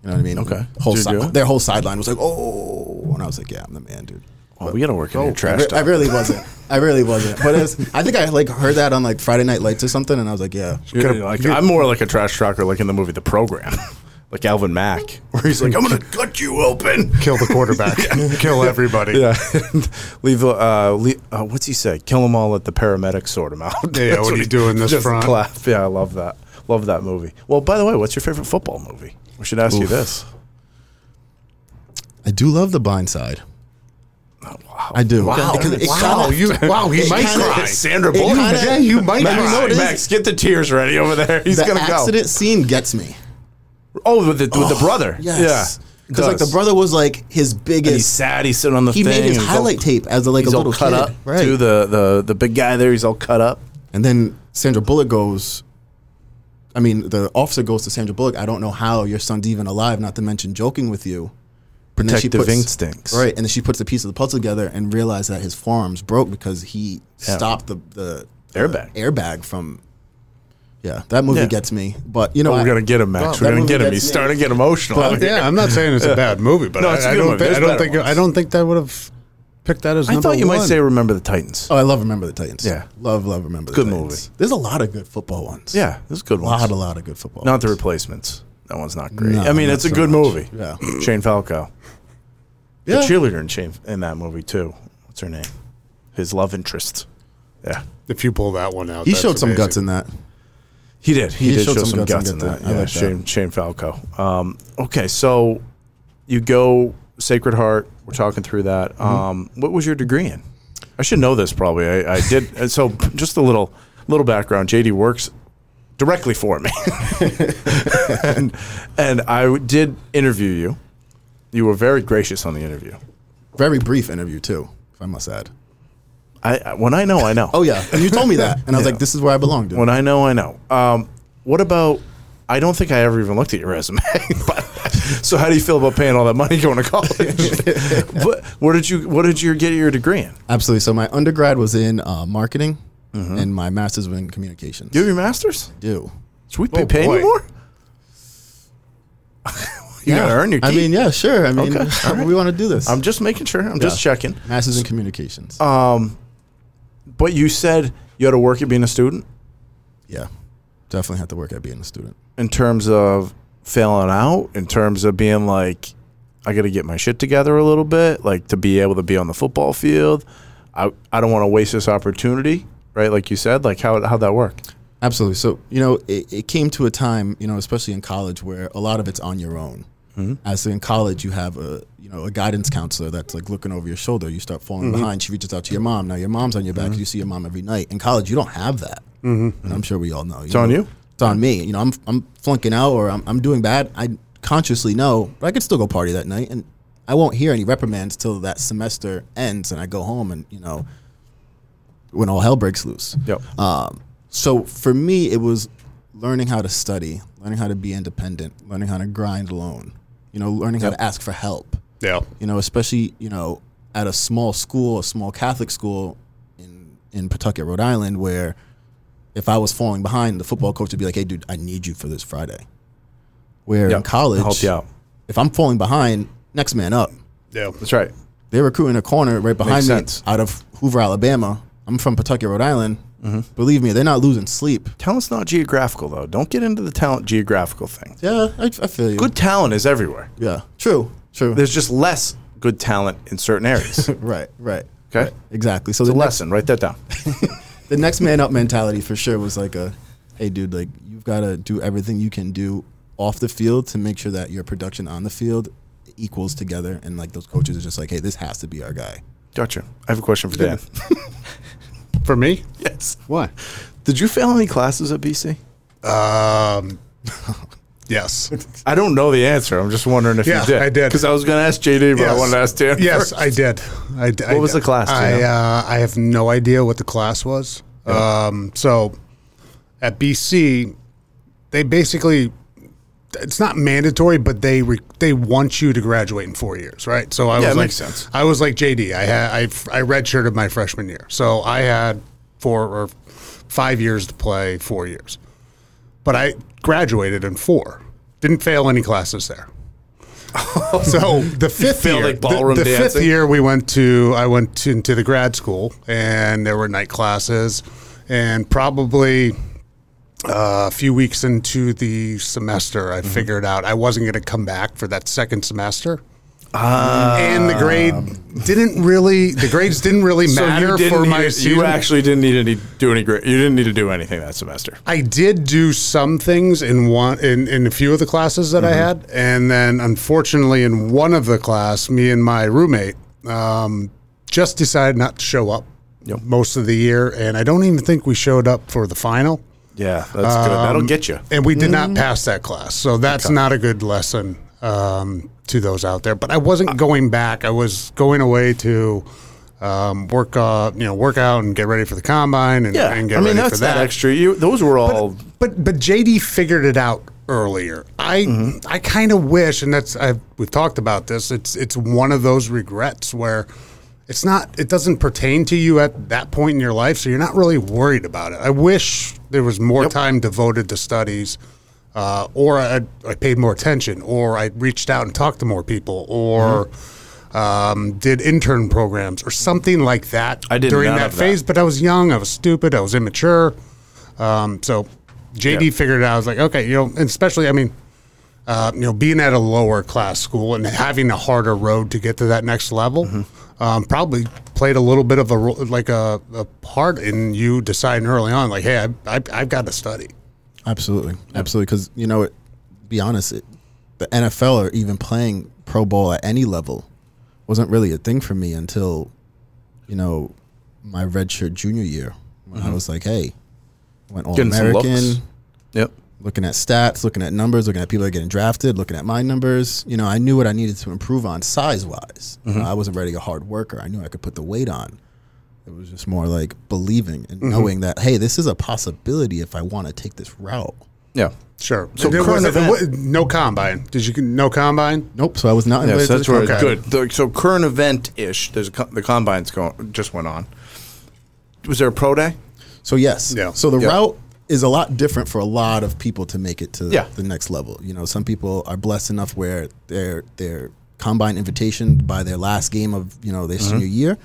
Speaker 6: You know what I mean?
Speaker 5: Okay.
Speaker 6: Whole
Speaker 5: Did you do
Speaker 6: side,
Speaker 5: it?
Speaker 6: their whole sideline was like, "Oh," and I was like, "Yeah, I'm the man, dude."
Speaker 5: Oh, we gotta work in your
Speaker 6: I,
Speaker 5: trash
Speaker 6: re- I
Speaker 5: talk.
Speaker 6: really wasn't. I really wasn't. But it was, I think I like heard that on like Friday Night Lights or something, and I was like, yeah.
Speaker 5: You're like, I'm more like a trash talker, like in the movie The Program. like Alvin Mack, where he's like, "I'm gonna cut you open."
Speaker 4: Kill the quarterback. Kill everybody.
Speaker 5: Yeah, leave. Uh, leave uh, what's he say? Kill them all. Let the paramedics sort them out.
Speaker 4: Yeah,
Speaker 5: That's
Speaker 4: what do you
Speaker 5: he-
Speaker 4: do in this
Speaker 5: just
Speaker 4: front?
Speaker 5: Clap. Yeah, I love that. Love that movie. Well, by the way, what's your favorite football movie? We should ask you this.
Speaker 6: I do love The Blind Side. I do.
Speaker 5: Wow.
Speaker 6: Because it
Speaker 4: Wow,
Speaker 6: kinda-
Speaker 4: you- wow, he
Speaker 6: it
Speaker 4: might
Speaker 6: kinda-
Speaker 4: cry.
Speaker 5: Sandra
Speaker 6: it
Speaker 5: Bullock.
Speaker 6: kinda-
Speaker 4: Yeah, you might
Speaker 6: But You
Speaker 4: cry.
Speaker 6: know what it is?
Speaker 5: Max, get the tears ready over there. He's
Speaker 6: the
Speaker 5: gonna
Speaker 6: accident scene gets me.
Speaker 5: go. Oh, with the, with the brother.
Speaker 6: Yes.
Speaker 5: Yeah.
Speaker 6: Because like the
Speaker 5: Does.
Speaker 6: brother was like his
Speaker 5: And he's
Speaker 6: biggest.
Speaker 5: sad. He's sitting on the
Speaker 6: He
Speaker 5: thing.
Speaker 6: made his
Speaker 5: and he's
Speaker 6: highlight
Speaker 5: all-
Speaker 6: tape as a, like a
Speaker 5: he's all
Speaker 6: little
Speaker 5: cut
Speaker 6: kid.
Speaker 5: up.
Speaker 6: Right.
Speaker 5: To the, the the big guy there, he's all cut up.
Speaker 6: And then Sandra Bullock goes. I mean, the officer goes to Sandra Bullock. I don't know how your son's even alive. Not to mention joking with you. And then she
Speaker 5: Protective
Speaker 6: puts-
Speaker 5: instincts.
Speaker 6: Right, and then she puts a piece of the puzzle together and realized that his forearms broke because he stopped the, the the
Speaker 5: Airbag.
Speaker 6: airbag from. Yeah, that movie
Speaker 5: Yeah.
Speaker 6: gets me. But you know,
Speaker 5: Oh, we're
Speaker 6: I-
Speaker 5: gonna get him, Max.
Speaker 6: Wow.
Speaker 5: we're
Speaker 6: That
Speaker 5: gonna
Speaker 6: movie
Speaker 5: get him.
Speaker 6: gets
Speaker 5: He's
Speaker 6: me.
Speaker 5: starting to get emotional.
Speaker 6: But-
Speaker 5: out here.
Speaker 4: Yeah, I'm not saying it's a bad movie, but
Speaker 5: No,
Speaker 4: I,
Speaker 5: it's a
Speaker 4: I
Speaker 5: good
Speaker 4: don't
Speaker 5: movie.
Speaker 4: think I
Speaker 5: There's
Speaker 4: don't
Speaker 5: better
Speaker 4: think I
Speaker 5: ones.
Speaker 4: don't think that would have picked that as
Speaker 5: I
Speaker 4: number
Speaker 5: thought you might
Speaker 4: one.
Speaker 5: say remember the Titans.
Speaker 6: Oh, I love Remember the Titans.
Speaker 5: Yeah.
Speaker 6: love love Remember the
Speaker 5: Good
Speaker 6: Titans.
Speaker 5: movie.
Speaker 6: There's a lot of good football ones.
Speaker 5: yeah, this is good
Speaker 6: a
Speaker 5: one.
Speaker 6: lot a lot of good football.
Speaker 5: Not the
Speaker 6: ones.
Speaker 5: replacements. That one's not great.
Speaker 6: No,
Speaker 5: I mean,
Speaker 6: not
Speaker 5: it's a
Speaker 6: so
Speaker 5: good
Speaker 6: much.
Speaker 5: movie.
Speaker 6: Yeah.
Speaker 5: Shane Falco,
Speaker 6: Yeah.
Speaker 5: the cheerleader in Shane in that movie too. What's her name? His love interest. Yeah,
Speaker 4: if you pull that one out.
Speaker 6: He
Speaker 4: that's
Speaker 6: showed some guts
Speaker 4: amazing.
Speaker 6: in that.
Speaker 5: he did. He,
Speaker 6: He
Speaker 5: did
Speaker 6: showed
Speaker 5: show
Speaker 6: some
Speaker 5: some guts,
Speaker 6: guts
Speaker 5: in
Speaker 6: and
Speaker 5: that.
Speaker 6: good thing. I
Speaker 5: Yeah,
Speaker 6: like that.
Speaker 5: Shane Shane Falco. Um, okay, so you go Sacred Heart. We're talking through that. Um, what was your degree in? I should know this probably. I, I did. so just a little little background. JD works directly for me. and, and I w- did interview you. You were very gracious on the interview.
Speaker 6: Very brief interview too, if I must add.
Speaker 5: I I- when I know, I know.
Speaker 6: Oh yeah, and you told me that, and I was like, "This is where I belong." Dude.
Speaker 5: When I know, I know. Um, what about? I don't think I ever even looked at your resume. but, so how do you feel about paying all that money going to college? but what did you? What did you get your degree in?
Speaker 6: Absolutely. So my undergrad was in uh, marketing, and my master's was in communications.
Speaker 5: Do you have your master's?
Speaker 6: do.
Speaker 5: Should we pay,
Speaker 4: Oh,
Speaker 5: pay
Speaker 4: boy.
Speaker 5: you more? you gotta earn your. Keep.
Speaker 6: I mean, yeah, sure. I mean,
Speaker 5: Okay. All right.
Speaker 6: we want to do this.
Speaker 5: I'm just making sure. I'm just
Speaker 6: Yeah.
Speaker 5: checking.
Speaker 6: Masters in communications.
Speaker 5: But you said you had to work at being a student
Speaker 6: yeah, definitely have to work at being a student.
Speaker 5: in terms of failing out, in terms of being like, I got to get my shit together a little bit, like to be able to be on the football field. I, I don't want to waste this opportunity, right? Like you said, like how how'd that work?
Speaker 6: Absolutely. So you know, it, it came to a time, you know, especially in college, where a lot of it's on your own.
Speaker 5: Mm-hmm.
Speaker 6: As in college, you have a you know a guidance counselor that's like looking over your shoulder. You start falling
Speaker 5: Mm-hmm.
Speaker 6: behind. She reaches out to your mom. Now your mom's on your back. You see your mom every night. In college, you don't have that, and I'm sure we all know. It's
Speaker 5: Mm-hmm. on you?
Speaker 6: It's on me. You know, I'm I'm flunking out or I'm I'm doing bad. I consciously know, but I could still go party that night, and I won't hear any reprimands till that semester ends, and I go home, and you know, when all hell breaks loose.
Speaker 5: Yep.
Speaker 6: Um, so for me, it was learning how to study, learning how to be independent, learning how to grind alone. You know, learning how to ask for help.
Speaker 4: Yeah.
Speaker 6: You know, especially you know at a small school, a small Catholic school in in Pawtucket, Rhode Island, where if I was falling behind, the football coach would be like, "Hey, dude, I need you for this Friday." Where
Speaker 5: Yeah,
Speaker 6: in college,
Speaker 5: help you out.
Speaker 6: if I'm falling behind, next man up
Speaker 4: Yeah.
Speaker 5: That's right.
Speaker 6: they're recruiting a corner right behind
Speaker 5: Makes
Speaker 6: me
Speaker 5: sense.
Speaker 6: out of Hoover, Alabama. I'm from Pawtucket, Rhode Island.
Speaker 5: Mm-hmm.
Speaker 6: Believe me, they're not losing sleep.
Speaker 5: Talent's not geographical though. Don't get into the talent geographical thing.
Speaker 6: Yeah, I, I feel you.
Speaker 5: Good talent is everywhere.
Speaker 6: Yeah, true, true.
Speaker 5: There's just less good talent in certain areas. okay,
Speaker 6: right, right.
Speaker 5: it's
Speaker 6: Exactly. So
Speaker 5: a
Speaker 6: the next,
Speaker 5: lesson. Write that down.
Speaker 6: the next man up mentality for sure was like a, hey, dude, like you've got to do everything you can do off the field to make sure that your production on the field equals together. And like those coaches are just like, hey, this has to be our guy.
Speaker 5: Gotcha. I have a question for Dan.
Speaker 4: For me?
Speaker 5: yes.
Speaker 4: Why?
Speaker 5: Did you fail any classes at BC?
Speaker 4: Um Yes.
Speaker 5: I don't know the answer. I'm just wondering if
Speaker 4: Yeah,
Speaker 5: you did.
Speaker 4: I did.
Speaker 5: Because I was going to ask JD, but I
Speaker 4: Yes.
Speaker 5: wanted to ask Dan.
Speaker 4: Yes,
Speaker 5: first.
Speaker 4: I did. I, d- I
Speaker 5: What was
Speaker 4: did.
Speaker 5: the class, do you
Speaker 4: I
Speaker 5: know?
Speaker 4: uh, I have no idea what the class was. Um, so at BC, they basically it's not mandatory, but they re- they want you to graduate in four years, right? So I
Speaker 5: Yeah,
Speaker 4: was
Speaker 5: it
Speaker 4: like,
Speaker 5: makes sense.
Speaker 4: I was like JD. I had I, f- I redshirted my freshman year, so I had four or five years to play four years, but I graduated in four. Didn't fail any classes there. so the fifth
Speaker 5: felt
Speaker 4: year,
Speaker 5: like
Speaker 4: the-
Speaker 5: ballroom
Speaker 4: the, fifth
Speaker 5: dancing?
Speaker 4: year we went to I went to, into the grad school, and there were night classes, and probably uh, a few weeks into the semester,
Speaker 5: Mm-hmm.
Speaker 4: I figured out I wasn't going to come back for that second semester.
Speaker 5: Ah.
Speaker 4: and the grade didn't really, the grades didn't really matter for
Speaker 5: need,
Speaker 4: my
Speaker 5: you
Speaker 4: student.
Speaker 5: actually didn't need any do any great. You didn't need to do anything that semester.
Speaker 4: I did do some things in one in, in a few of the classes that I
Speaker 5: Mm-hmm.
Speaker 4: had, and then unfortunately in one of the class, me and my roommate um, just decided not to show up
Speaker 5: Yep.
Speaker 4: most of the year, and I don't even think we showed up for the final. Um,
Speaker 5: Yeah, that's good. That'll get you.
Speaker 4: And we did not pass that class, so that's not a good lesson um, to those out there. But I
Speaker 5: Uh,
Speaker 4: wasn't going back; I was going away to. Um, work, uh, you know, work out and get ready for the combine, and,
Speaker 5: Yeah,
Speaker 4: and get
Speaker 5: I mean
Speaker 4: ready for
Speaker 5: that's
Speaker 4: that.
Speaker 5: that extra. You those were all.
Speaker 4: But but JD figured it out earlier. I I kind of wish, and that's I've, we've talked about this. It's it's one of those regrets where it's not it doesn't pertain to you at that point in your life, so you're not really worried about it. I wish there was more time devoted to studies. Uh, or I, I paid more attention, or I reached out and talked to more people, or
Speaker 5: Mm-hmm.
Speaker 4: um, did intern programs, or something like that
Speaker 5: I did
Speaker 4: during
Speaker 5: none
Speaker 4: that
Speaker 5: of that.
Speaker 4: phase. But I was young, I was stupid, I was immature. Um, so JD
Speaker 5: Yeah.
Speaker 4: figured it out. I was like, okay, you know, and especially, I mean, uh, you know, being at a lower class school and having a harder road to get to that next level,
Speaker 5: Mm-hmm.
Speaker 4: um, probably played a little bit of a ro- like a, a part in you deciding early on, like, hey, I, I, I've got to study.
Speaker 6: Absolutely, absolutely. Because you know, it, be honest, it, the NFL or even playing pro ball at any level wasn't really a thing for me until you know my redshirt junior year when I was like, hey, went all
Speaker 5: Mm-hmm. Getting some looks.
Speaker 6: American,
Speaker 5: Yep.
Speaker 6: looking at stats, looking at numbers, looking at people that are getting drafted, looking at my numbers. You know, I knew what I needed to improve on size wise.
Speaker 5: Mm-hmm.
Speaker 6: I wasn't really a hard worker. I knew I could put the weight on. It was just more like believing and
Speaker 5: Mm-hmm.
Speaker 6: knowing that, hey, this is a possibility if I want to take this route.
Speaker 5: Yeah.
Speaker 4: Sure.
Speaker 5: So
Speaker 4: There
Speaker 5: current
Speaker 4: wasn't- there
Speaker 5: event-
Speaker 4: wa- no combine. Did you no combine?
Speaker 6: Nope. So I was not
Speaker 5: Yeah, so
Speaker 6: invited to
Speaker 5: that's
Speaker 6: the
Speaker 5: where
Speaker 4: Okay.
Speaker 5: good. The- So current event ish. There's a, co- the combines going just went on. Was there a pro day?
Speaker 6: So yes.
Speaker 4: Yeah.
Speaker 6: So the
Speaker 5: Yeah.
Speaker 6: route is a lot different for a lot of people to make it to
Speaker 5: Yeah.
Speaker 6: the next level. You know, some people are blessed enough where their their combine invitation by their last game of you know their
Speaker 5: Mm-hmm.
Speaker 6: senior year,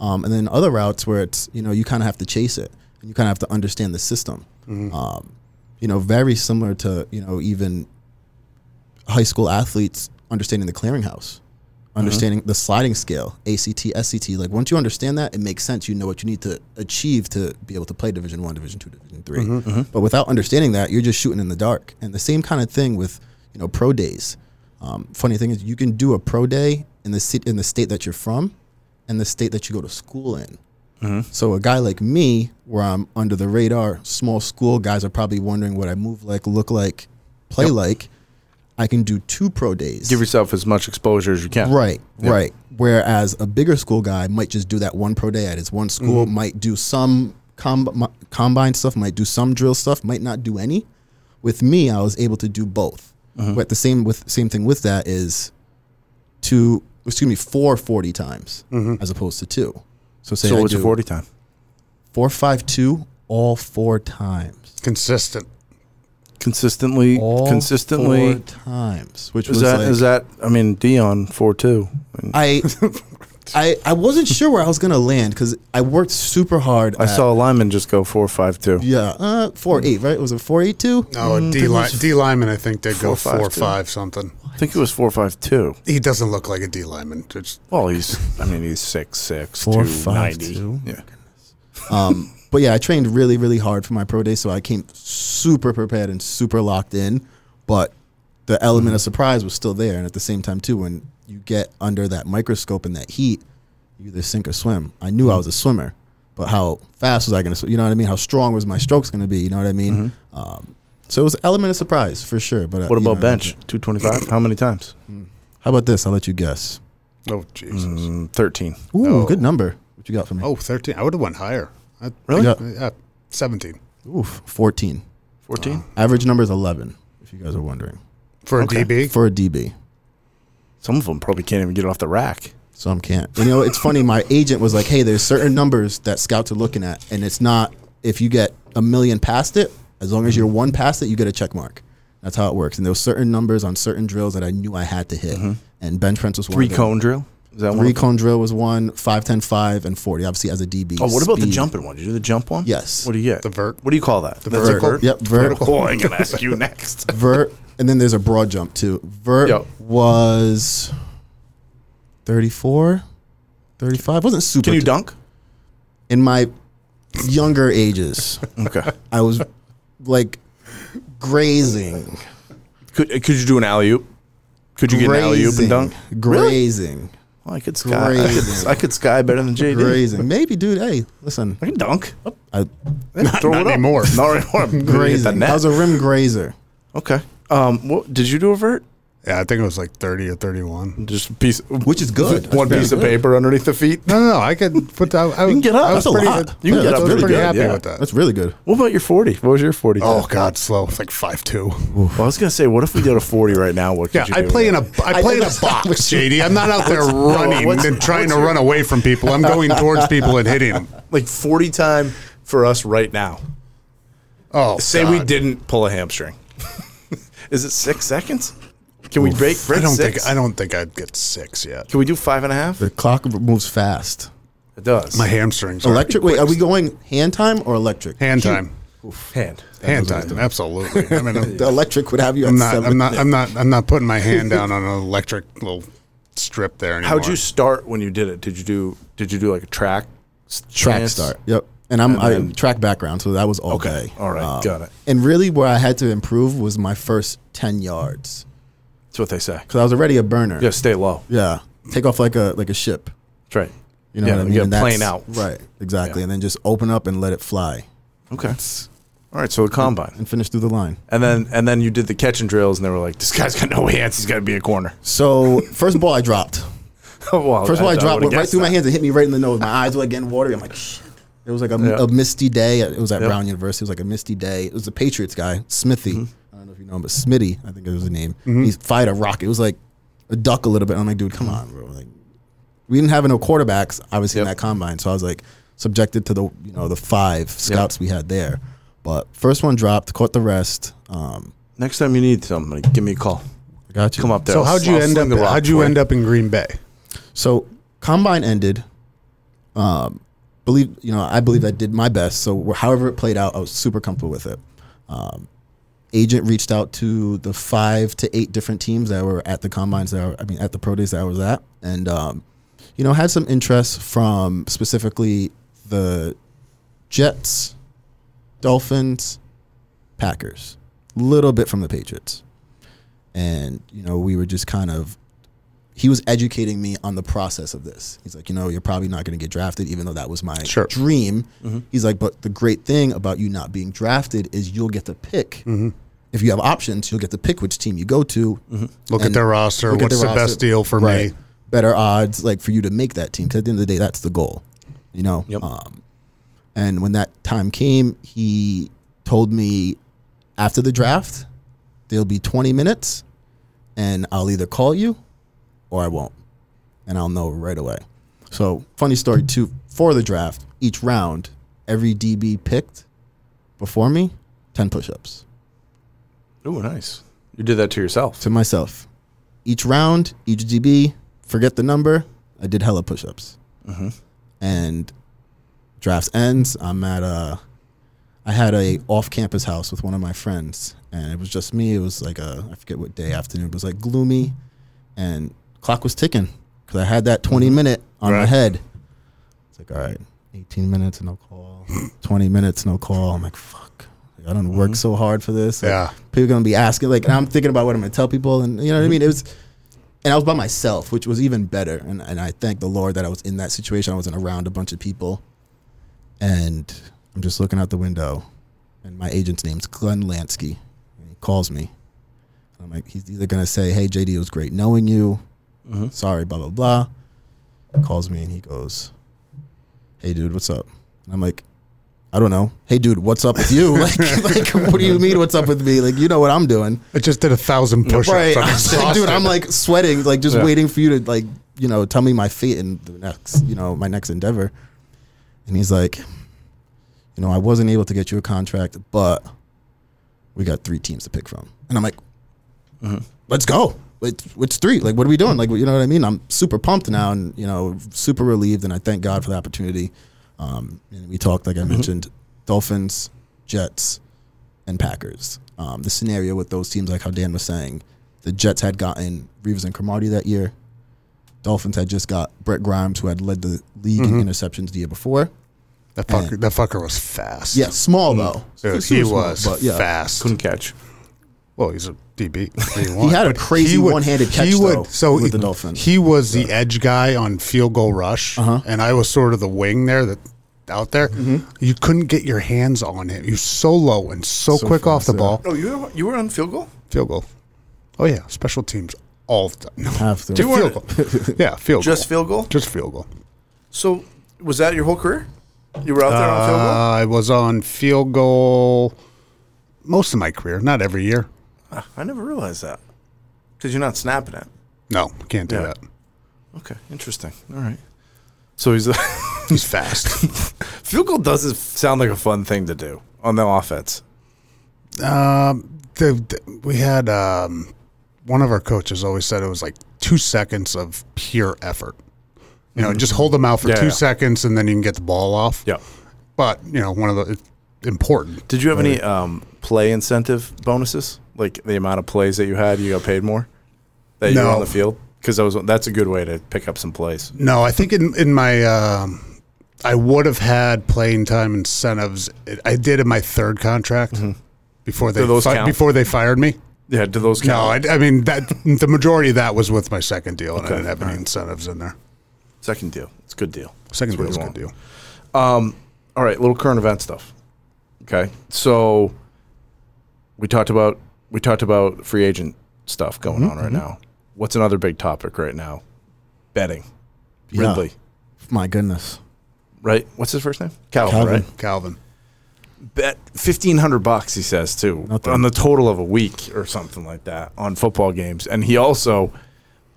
Speaker 6: um, and then other routes where it's you know you kind of have to chase it and you kind of have to understand the system.
Speaker 5: Mm-hmm.
Speaker 6: Um, you know, very similar to you know even high school athletes understanding the clearinghouse, Uh-huh. understanding the sliding scale, ACT, SCT. Like once you understand that, it makes sense. You know what you need to achieve to be able to play Division One, Division Two, Division 3 But without understanding that, you're just shooting in the dark. And the same kind of thing with you know pro days. Um, funny thing is, you can do a pro day in the city, in the state that you're from, and the state that you go to school in. So a guy like me, where I'm under the radar, small school guys are probably wondering what I move like, look like, play like. I can do two pro days.
Speaker 5: Give yourself as much exposure as you can.
Speaker 6: right, right. Whereas a bigger school guy might just do that one pro day at his one school,
Speaker 5: Mm-hmm.
Speaker 6: might do some comb- mi- combine stuff, might do some drill stuff, might not do any. With me, I was able to do both.
Speaker 5: Uh-huh.
Speaker 6: But the same with same thing with that is two excuse me four forty times as opposed to two. So say
Speaker 5: Mm-hmm. So
Speaker 6: I
Speaker 5: what's your
Speaker 6: do-
Speaker 5: forty time?
Speaker 6: four five two all four times.
Speaker 4: Consistent.
Speaker 5: Consistently.
Speaker 6: All
Speaker 5: consistently.
Speaker 6: four times, which
Speaker 5: Is
Speaker 6: was
Speaker 5: that is
Speaker 6: like,
Speaker 5: that? I mean, Dion four two. I,
Speaker 6: I, I I wasn't sure where I was gonna land because I worked super hard.
Speaker 5: I
Speaker 6: at-
Speaker 5: saw a lineman just go four five two.
Speaker 6: yeah uh, four eight right was it four eight two?
Speaker 4: Oh, D, li- D lineman, I think did go
Speaker 5: Mm, Four, five,
Speaker 4: four
Speaker 5: two.
Speaker 4: five something.
Speaker 5: I think it was four five two.
Speaker 4: He doesn't look like a D lineman. It's-
Speaker 5: Well, he's I mean he's six six
Speaker 6: Four,
Speaker 5: two
Speaker 6: five,
Speaker 5: ninety.
Speaker 6: two.
Speaker 5: Yeah.
Speaker 6: Um, but yeah, I trained really really hard for my pro day, so I came super prepared and super locked in. But the element of surprise was still there, and at the same time too, when you get under that microscope and that heat, you either sink or swim. I knew I was a swimmer, but how fast was I going to? You know what I mean? How strong was my strokes going to be? You know what I mean? Um, so it was an element of surprise for sure. But uh,
Speaker 5: Mm-hmm. What
Speaker 6: you know,
Speaker 5: about bench? Two twenty five. How many times?
Speaker 6: How about this? I'll let you guess.
Speaker 4: Oh Jesus.
Speaker 5: Mm, Thirteen.
Speaker 6: Ooh, good number. What you got for me?
Speaker 4: Oh, 13. I would have went higher. I,
Speaker 5: Really?
Speaker 4: Yeah. yeah, 17
Speaker 6: Oof, fourteen.
Speaker 5: Fourteen.
Speaker 6: Average number is eleven. If you guys are wondering,
Speaker 4: for a DB.
Speaker 6: for a DB.
Speaker 5: Some of them probably can't even get off the rack.
Speaker 6: Some can't. You know, it's funny. My agent was like, "Hey, there's certain numbers that scouts are looking at, and it's not if you get a million past it. As long as
Speaker 5: Mm-hmm.
Speaker 6: you're one past it, you get a check mark. That's how it works. And there were certain numbers on certain drills that I knew I had to hit, and bench press was one.
Speaker 5: Mm-hmm. Three
Speaker 6: of them.
Speaker 5: cone drill. Is that one? of-
Speaker 6: Recon drill was one, 510, 5, and 40, obviously as a DB.
Speaker 5: Oh, what about the
Speaker 6: Speed.
Speaker 5: jumping one? Did you do the jump one?
Speaker 6: Yes.
Speaker 5: What do you get?
Speaker 4: The vert.
Speaker 5: What do you call that? The
Speaker 6: vertical. Yep, vertical.
Speaker 5: Vertical. I'm gonna ask you next.
Speaker 6: Vert, and then there's a broad jump too. Vert
Speaker 5: Yep.
Speaker 6: was 34, 35. Wasn't super.
Speaker 5: Can you
Speaker 6: t-
Speaker 5: dunk?
Speaker 6: In my younger ages,
Speaker 5: Okay.
Speaker 6: I was like grazing.
Speaker 5: Could could you do an alley oop? Could you get an alley oop
Speaker 6: Grazing.
Speaker 5: and dunk? Really?
Speaker 6: Grazing.
Speaker 5: Well, I could sky. I could,
Speaker 6: Grazing.
Speaker 5: I could sky better than JD.
Speaker 6: Grazing. Maybe, dude, hey, listen.
Speaker 5: I can dunk.
Speaker 6: I,
Speaker 5: Not,
Speaker 4: not anymore.
Speaker 5: Not anymore. I'm gonna hit the
Speaker 6: grazing.
Speaker 5: net.
Speaker 6: I was a rim grazer.
Speaker 5: okay. Um. What did you do a vert?
Speaker 4: Yeah, I think it was like 30 or 31.
Speaker 5: Just a piece.
Speaker 6: Which is good.
Speaker 5: One piece of paper underneath the feet.
Speaker 4: No, no, no. I could put that. I, you
Speaker 5: can get up.
Speaker 4: I
Speaker 5: That's a lot. You can
Speaker 4: I
Speaker 5: get up
Speaker 4: was
Speaker 5: really
Speaker 4: pretty
Speaker 5: good,
Speaker 4: happy
Speaker 5: yeah.
Speaker 4: with that.
Speaker 6: That's really good.
Speaker 5: What about your forty? What was your forty?
Speaker 4: oh, God, slow. It's like 5'2.
Speaker 5: Well, I was gonna say, what if we did a forty right now? What?
Speaker 4: Yeah,
Speaker 5: could
Speaker 4: I
Speaker 5: you do
Speaker 4: play in
Speaker 5: with
Speaker 4: a
Speaker 5: that?
Speaker 4: I play in a box, JD. I'm not out there running
Speaker 5: what's-
Speaker 4: and trying
Speaker 5: what's
Speaker 4: to run away from people. I'm going towards people and hitting them.
Speaker 5: like forty time for us right now.
Speaker 4: Oh,
Speaker 5: Say
Speaker 4: God.
Speaker 5: we didn't pull a hamstring. Is it six seconds? Can we break?
Speaker 4: I
Speaker 5: break
Speaker 4: don't
Speaker 5: six?
Speaker 4: think I don't think I'd get six yet.
Speaker 5: Can we do five and a half?
Speaker 6: The clock moves fast.
Speaker 5: It does.
Speaker 4: My hamstrings. are-
Speaker 6: Electric? Wait, are we going hand time or electric?
Speaker 4: hand time.
Speaker 5: hand.
Speaker 4: Hand time. Absolutely. I mean, I'm,
Speaker 6: The electric would have you at
Speaker 4: I'm not.
Speaker 6: seven.
Speaker 4: I'm not. I'm not. I'm not putting my hand down on an electric little strip there anymore.
Speaker 5: How'd you start when you did it? Did you do? Did you do like a track? s-
Speaker 6: track
Speaker 5: chance?
Speaker 6: start. Yep. And I'm
Speaker 5: then-
Speaker 6: I, track background, so that was all
Speaker 5: Okay.
Speaker 6: day. Um,
Speaker 5: All right. Got it.
Speaker 6: And really, where I had to improve was my first ten yards
Speaker 5: That's what they say.
Speaker 6: because I was already a burner.
Speaker 5: Yeah, stay low.
Speaker 6: Yeah. Take off like a like a ship.
Speaker 5: That's right.
Speaker 6: You know
Speaker 5: yeah,
Speaker 6: what I mean?
Speaker 5: You
Speaker 6: And
Speaker 5: got
Speaker 6: that's-
Speaker 5: plane out.
Speaker 6: Right. Exactly.
Speaker 5: Yeah.
Speaker 6: And then just open up and let it fly
Speaker 5: Okay. All right. So the combine,
Speaker 6: and finish through the line.
Speaker 5: and then and then you did the catch and drills, and they were like, "This guy's got no hands. He's got to be a corner."
Speaker 6: So first ball I dropped.
Speaker 5: Oh, well,
Speaker 6: First ball I,
Speaker 5: would've
Speaker 6: dropped went right
Speaker 5: guessed
Speaker 6: through my
Speaker 5: that.
Speaker 6: hands and hit me right in the nose. My eyes were like getting watery. I'm like, shit. It was like a, a misty day. It was at
Speaker 5: Yeah.
Speaker 6: Brown University. It was like a misty day. It was a Patriots guy, Smithy.
Speaker 5: Mm-hmm.
Speaker 6: I don't know if you know him, but Smitty, I think it was the name. He fired a rocket. It was like a duck a little bit. I'm like, dude, come
Speaker 5: Mm-hmm.
Speaker 6: on, bro. Like, we didn't have no quarterbacks, obviously, in
Speaker 5: Yep.
Speaker 6: that combine. So I was like subjected to the you know the five scouts we had there. But first one dropped, caught the rest. Um,
Speaker 5: Next time you need somebody, give me a call.
Speaker 6: I got you.
Speaker 5: Come up there.
Speaker 4: So
Speaker 5: I'll
Speaker 4: how'd
Speaker 5: sl-
Speaker 4: you
Speaker 5: I'll
Speaker 4: end
Speaker 5: sling
Speaker 4: up?
Speaker 5: the rock
Speaker 4: How'd
Speaker 5: for
Speaker 4: you end up in Green Bay?
Speaker 6: So combine ended. Um, believe you know, I believe I did my best. So wh- however it played out, I was super comfortable with it. Um, agent reached out to the five to eight different teams that were at the combines that I, I mean at the pro days that I was at, and um, you know had some interest from specifically the Jets, Dolphins, Packers, little bit from the Patriots, and you know we were just kind of he was educating me on the process of this. He's like, you know, you're probably not going to get drafted, even though that was my
Speaker 4: Sure.
Speaker 6: dream. He's like, but the great thing about you not being drafted is you'll get to pick. If you have options, you'll get to pick which team you go to.
Speaker 4: Mm-hmm. Look at
Speaker 6: And
Speaker 4: their roster.
Speaker 6: look at
Speaker 4: What's the
Speaker 6: their roster.
Speaker 4: best deal for
Speaker 6: Right.
Speaker 4: me?
Speaker 6: Better odds, like for you to make that team. 'Cause at the end of the day, that's the goal, you know.
Speaker 5: Yep.
Speaker 6: Um, and when that time came, he told me after the draft, there'll be 20 minutes, and I'll either call you or I won't, and I'll know right away. So funny story too. For the draft, each round, every DB picked before me, 10 push-ups
Speaker 5: it. Ooh, nice. You did that to yourself.
Speaker 6: to myself. Each round, each DB, forget the number. I did hella push ups. And drafts ends. I'm at uh, a, I had a off campus house with one of my friends, and it was just me. It was like a, I forget what day afternoon. It was like gloomy, and clock was ticking because I had that 20 minute on my
Speaker 4: Mm-hmm. Right.
Speaker 6: head. It's like, all right, 18 minutes, no call. 20 minutes, no call. I'm like, fuck. Like, I don't work so hard for this. Like,
Speaker 4: Mm-hmm. Yeah. Mm-hmm.
Speaker 6: People going to be asking, like, and I'm thinking about what I'm going to tell people. And you know what I mean? It was, and I was by myself, which was even better. And, and I thank the Lord that I was in that situation. I wasn't around a bunch of people. And I'm just looking out the window, and my agent's name's Glenn Lansky. And he calls me. And I'm like, he's either going to say, hey, JD, it was great knowing you. Sorry, blah, blah, blah. Calls me and he goes, hey, dude, what's up? And I'm like, I don't know. Hey, dude, what's up with you? like, like, what do you mean, what's up with me? Like, you know what I'm doing.
Speaker 4: I just did a thousand push-ups.
Speaker 6: Right.
Speaker 4: I'm
Speaker 6: I'm like, dude,
Speaker 4: exhausted.
Speaker 6: I'm like sweating, like just waiting for you to like, you know, tell me my fate in the next, you know, my next endeavor. And he's like, you know, I wasn't able to get you a contract, but we got three teams to pick from. And I'm like, let's go. it's, it's three. Like, what are we doing? Like, you know what I mean? I'm super pumped now, and you know, super relieved, and I thank God for the opportunity. Um, and we talked, like I mentioned, Dolphins, Jets, and Packers. Um, the scenario with those teams, like how Dan was saying, the Jets had gotten Reeves and Cromartie that year. Dolphins had just got Brett Grimes, who had led the league
Speaker 4: Mm-hmm.
Speaker 6: in interceptions the year before.
Speaker 4: That fucker, that fucker was fast.
Speaker 6: Yeah, small though.
Speaker 4: Dude,
Speaker 6: Super
Speaker 4: he
Speaker 6: small,
Speaker 4: was
Speaker 6: but yeah.
Speaker 4: fast.
Speaker 5: Couldn't catch.
Speaker 4: Well, he's a DB. He
Speaker 6: He had a crazy one-handed catch,
Speaker 4: He would
Speaker 6: though,
Speaker 4: so
Speaker 6: with
Speaker 4: he,
Speaker 6: the Dolphins. Uh-huh.
Speaker 4: He was the edge guy on field goal rush, and I was sort of the wing there that out there.
Speaker 6: Mm-hmm.
Speaker 4: You couldn't get your hands on him. He was so low and so, quick off the ball.
Speaker 5: Oh, you were, you were on field goal?
Speaker 4: Field goal. Oh yeah, special teams all the time.
Speaker 6: Have to.
Speaker 4: Just
Speaker 5: You
Speaker 4: field goal. yeah, field
Speaker 5: Just
Speaker 4: goal.
Speaker 5: field goal?
Speaker 4: Just field goal.
Speaker 5: So was that your whole career? You were out there on field goal?
Speaker 4: Uh, I was on field goal most of my career, not every year.
Speaker 5: I never realized that because you're not snapping it.
Speaker 4: No, can't do
Speaker 5: Yeah.
Speaker 4: that.
Speaker 5: Okay, interesting. All right. So he's a
Speaker 4: He's fast.
Speaker 5: field goal doesn't sound like a fun thing to do on the offense.
Speaker 4: the, the- we had um, one of our coaches always said it was like two seconds of pure effort. You know, just hold them out for
Speaker 5: Mm-hmm. Yeah,
Speaker 4: two
Speaker 5: yeah.
Speaker 4: seconds and then you can get the ball off.
Speaker 5: Yeah.
Speaker 4: But you know, one of the it's important.
Speaker 5: Did you have any um, play incentive bonuses? Like the amount of plays that you had, you got paid more that you were
Speaker 4: No.
Speaker 5: on the field? Because that was that's a good way to pick up some plays.
Speaker 4: No, I think in in my um, I would have had playing time incentives. It, I did in my third contract before they
Speaker 5: Mm-hmm. Do those
Speaker 4: fi-
Speaker 5: count?
Speaker 4: before they fired me.
Speaker 5: Yeah, do those
Speaker 4: No,
Speaker 5: count?
Speaker 4: I, I mean that the majority of that was with my second deal, and
Speaker 5: Okay.
Speaker 4: I didn't have
Speaker 5: All
Speaker 4: any
Speaker 5: right.
Speaker 4: incentives in there.
Speaker 5: Second deal. It's a good deal.
Speaker 4: Second
Speaker 5: That's what
Speaker 4: deal was
Speaker 5: you
Speaker 4: a good
Speaker 5: want.
Speaker 4: deal.
Speaker 5: All right, little current event stuff. Okay, so we talked about we talked about free agent stuff going on right now. What's another big topic right now? Betting.
Speaker 6: Yeah.
Speaker 5: Ridley,
Speaker 6: My goodness.
Speaker 5: right? What's his first name? Calvin,
Speaker 6: Calvin.
Speaker 5: right?
Speaker 4: Calvin.
Speaker 5: Bet fifteen hundred bucks. He says too
Speaker 6: Nothing.
Speaker 5: on the total of a week or something like that on football games, and he also,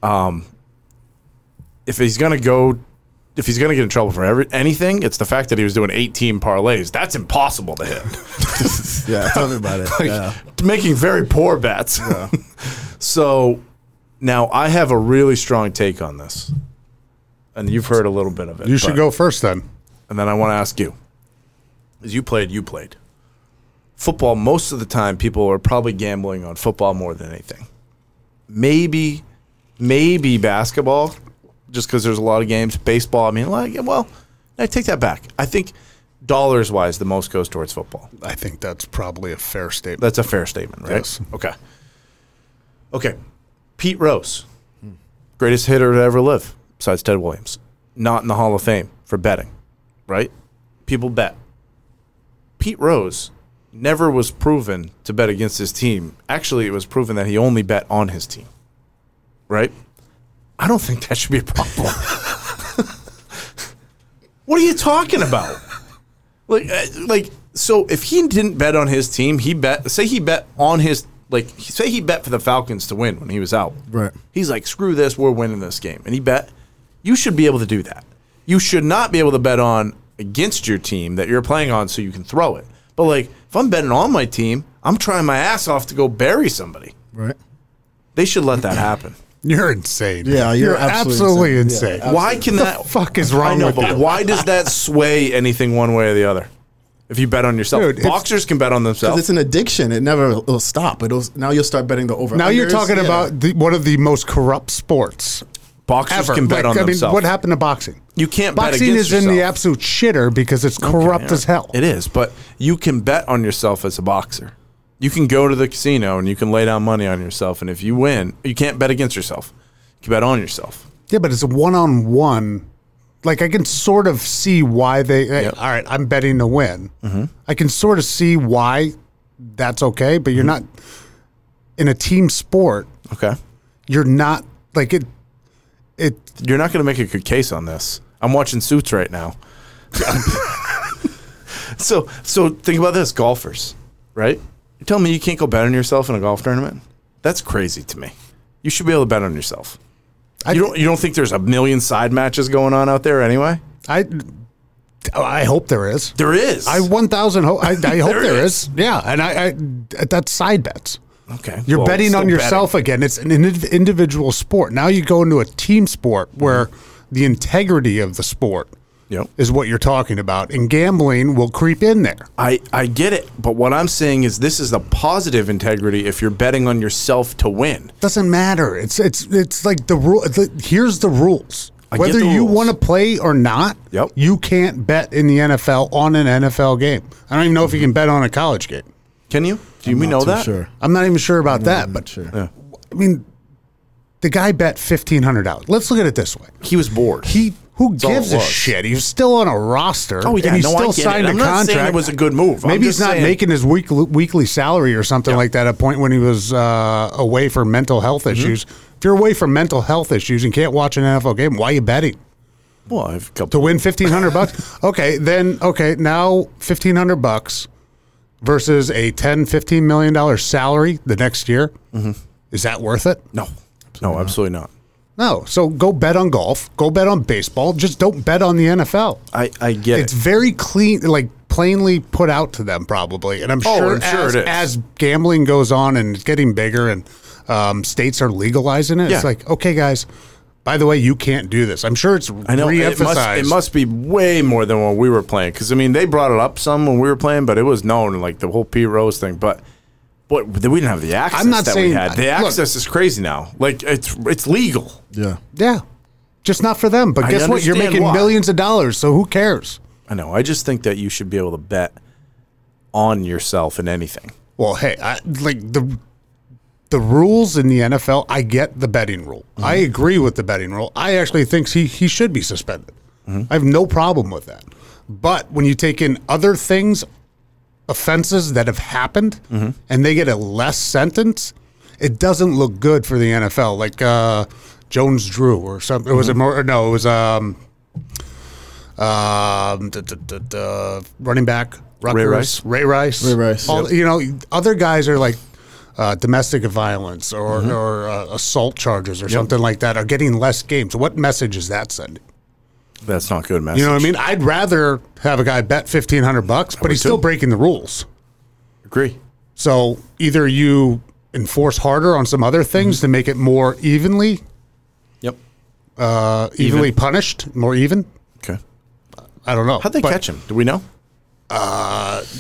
Speaker 5: um, if he's gonna go. If he's going to get in trouble for every, anything, it's the fact that he was doing 18 parlays. That's impossible to hit.
Speaker 6: Yeah, tell me about it.
Speaker 5: like,
Speaker 6: yeah.
Speaker 5: making very poor bets. so now I have a really strong take on this, and you've heard a little bit of it.
Speaker 4: You should
Speaker 5: but-
Speaker 4: go first then.
Speaker 5: And then I want to ask you: As you played, you played football. Most of the time, people are probably gambling on football more than anything. Maybe, maybe basketball, just because there's a lot of games. Baseball. I mean, like, well, I take that back. I think dollars wise, the most goes towards football.
Speaker 4: I think that's probably a fair statement.
Speaker 5: That's a fair statement, right?
Speaker 4: Yes.
Speaker 5: Okay. Okay. Pete Rose, greatest hitter to ever live, besides Ted Williams, not in the Hall of Fame for betting, right? People bet. Pete Rose never was proven to bet against his team. Actually, it was proven that he only bet on his team, right? I don't think that should be a problem. what are you talking about? Like, uh, like, so if he didn't bet on his team, he bet. Say he bet on his, like, say he bet for the Falcons to win when he was out.
Speaker 6: Right.
Speaker 5: He's like, screw this, we're winning this game, and he bet. You should be able to do that. You should not be able to bet on against your team that you're playing on, so you can throw it. But like, if I'm betting on my team, I'm trying my ass off to go bury somebody.
Speaker 6: Right.
Speaker 5: They should let that happen.
Speaker 4: You're insane.
Speaker 6: Yeah, you're
Speaker 4: absolutely
Speaker 6: absolutely
Speaker 4: insane.
Speaker 6: insane. Yeah,
Speaker 5: Why can
Speaker 4: the
Speaker 5: that
Speaker 4: fuck is
Speaker 5: I
Speaker 4: wrong
Speaker 5: know,
Speaker 4: with
Speaker 5: but
Speaker 4: you?
Speaker 5: why does that sway anything one way or the other? If you bet on yourself,
Speaker 4: Dude, it's-
Speaker 5: boxers can bet on
Speaker 6: Because
Speaker 5: themselves.
Speaker 6: it's an addiction. It never will stop. It'll now you'll start betting the over.
Speaker 4: Now you're talking about the, one of the most corrupt sports
Speaker 5: boxers
Speaker 4: ever.
Speaker 5: can bet
Speaker 4: Like,
Speaker 5: on
Speaker 4: I mean,
Speaker 5: themselves.
Speaker 4: what happened to boxing?
Speaker 5: You can't bet
Speaker 4: boxing
Speaker 5: against
Speaker 4: is in the
Speaker 5: yourself.
Speaker 4: absolute shitter because it's corrupt as hell.
Speaker 5: It is, but you can bet on yourself as a boxer. You can go to the casino and you can lay down money on yourself, and if you win, you can't bet against yourself. You can bet on yourself.
Speaker 4: Yeah, but it's one on one. Like I can sort of see why they. hey,
Speaker 5: Yep.
Speaker 4: All right, I'm betting to win.
Speaker 5: Mm-hmm.
Speaker 4: I can sort of see why that's okay, but you're
Speaker 5: Mm-hmm.
Speaker 4: not in a team sport.
Speaker 5: Okay,
Speaker 4: You're not like it. It
Speaker 5: you're not going to make a good case on this. I'm watching Suits right now. so, so think about this: golfers, right? You're telling me you can't go bet on yourself in a golf tournament? That's crazy to me. You should be able to bet on yourself. you don't. You don't think there's a million side matches going on out there anyway?
Speaker 4: I I hope there is.
Speaker 5: There is.
Speaker 4: I one thousand. Ho- I, I hope
Speaker 5: There
Speaker 4: there
Speaker 5: is.
Speaker 4: is. Yeah, and I, I that's side bets.
Speaker 5: Okay.
Speaker 4: You're
Speaker 5: well,
Speaker 4: betting
Speaker 5: still
Speaker 4: on yourself again. It's an indiv- individual sport. Now you go into a team sport
Speaker 5: Mm-hmm.
Speaker 4: where the integrity of the sport
Speaker 5: Yep.
Speaker 4: is what you're talking about, and gambling will creep in there.
Speaker 5: I, I get it, but what I'm saying is this is the positive integrity if you're betting on yourself to win.
Speaker 4: Doesn't matter. It's it's it's like the rule. The, here's the rules.
Speaker 5: I get
Speaker 4: Whether
Speaker 5: the
Speaker 4: you
Speaker 5: rules.
Speaker 4: want to play or not,
Speaker 5: Yep.
Speaker 4: you can't bet in the NFL on an NFL game. I don't even know if you can bet on a college game.
Speaker 5: Can you? Do you we know that?
Speaker 6: Sure.
Speaker 4: I'm not even sure about that,
Speaker 6: I'm
Speaker 4: but
Speaker 6: not sure.
Speaker 4: I mean, the guy bet fifteen hundred dollars. Let's look at it this way:
Speaker 5: He was bored.
Speaker 4: he who
Speaker 5: That's all it
Speaker 4: gives a
Speaker 5: was.
Speaker 4: shit? He was still on a roster.
Speaker 5: Oh, yeah,
Speaker 4: and he
Speaker 5: no,
Speaker 4: still
Speaker 5: I get it.
Speaker 4: signed a
Speaker 5: I'm not saying
Speaker 4: contract.
Speaker 5: it was a good move. I'm
Speaker 4: Maybe he's
Speaker 5: just
Speaker 4: not
Speaker 5: saying-
Speaker 4: making his weekly weekly salary or something
Speaker 5: Yeah. Mm-hmm.
Speaker 4: like that. At a point when he was uh, away for mental health issues. If you're away for mental health issues and can't watch an NFL game, why are you betting
Speaker 5: Well, I've a
Speaker 4: to
Speaker 5: couple.
Speaker 4: win fifteen hundred bucks? Okay, then okay now fifteen hundred bucks versus a 10 15 million dollar salary the next year.
Speaker 5: Mm-hmm.
Speaker 4: Is that worth it?
Speaker 5: No, no, absolutely not.
Speaker 4: No. So go bet on golf. Go bet on baseball. Just don't bet on the NFL.
Speaker 5: I, I get
Speaker 4: It's
Speaker 5: it.
Speaker 4: very clean, like plainly put out to them, probably. And I'm
Speaker 5: Oh,
Speaker 4: sure,
Speaker 5: I'm sure
Speaker 4: as,
Speaker 5: it is.
Speaker 4: as gambling goes on and it's getting bigger and um, states are legalizing it,
Speaker 5: Yeah.
Speaker 4: it's like, okay, guys, by the way, you can't do this. I'm sure it's
Speaker 5: I know it must,
Speaker 4: re-emphasized.
Speaker 5: it must be way more than what we were playing because I mean they brought it up some when we were playing, but it was known like the whole Pete Rose thing. But but we didn't have the access
Speaker 4: not
Speaker 5: that
Speaker 4: saying-
Speaker 5: we had. The
Speaker 4: look-
Speaker 5: access is crazy now. Like it's it's legal.
Speaker 6: Yeah.
Speaker 4: yeah. Just not for them. But
Speaker 5: I
Speaker 4: guess what? You're
Speaker 5: understand
Speaker 4: making
Speaker 5: why.
Speaker 4: millions of dollars, so who cares?
Speaker 5: I know. I just think that you should be able to bet on yourself in anything.
Speaker 4: Well, hey, I, like the the rules in the NFL, I get the betting rule. I agree with the betting rule. I actually think he he should be suspended. I have no problem with that. But when you take in other things, offenses that have happened, and they get a less sentence, it doesn't look good for the NFL. Like uh, Jones Drew or something. It was a more no. It was um um the, running back Rutgers,
Speaker 5: Rice.
Speaker 4: Ray Rice.
Speaker 6: Ray Rice,
Speaker 4: All, You know, other guys are like uh, domestic violence or,
Speaker 5: Mm-hmm.
Speaker 4: or uh, assault charges or something like that are getting less games. What message is that sending?
Speaker 5: That's not good, man.
Speaker 4: You know what I mean? I'd rather have a guy bet fifteen hundred bucks, but he's still
Speaker 5: too.
Speaker 4: breaking the rules.
Speaker 5: Agree.
Speaker 4: So either you enforce harder on some other
Speaker 5: Mm-hmm.
Speaker 4: things to make it more evenly,
Speaker 5: Yep.
Speaker 4: uh, evenly punished, more even.
Speaker 5: Okay.
Speaker 4: I don't know.
Speaker 5: How'd they
Speaker 4: But-
Speaker 5: catch him? Do we know?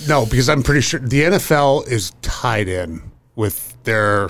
Speaker 4: No, because I'm pretty sure the NFL is tied in with their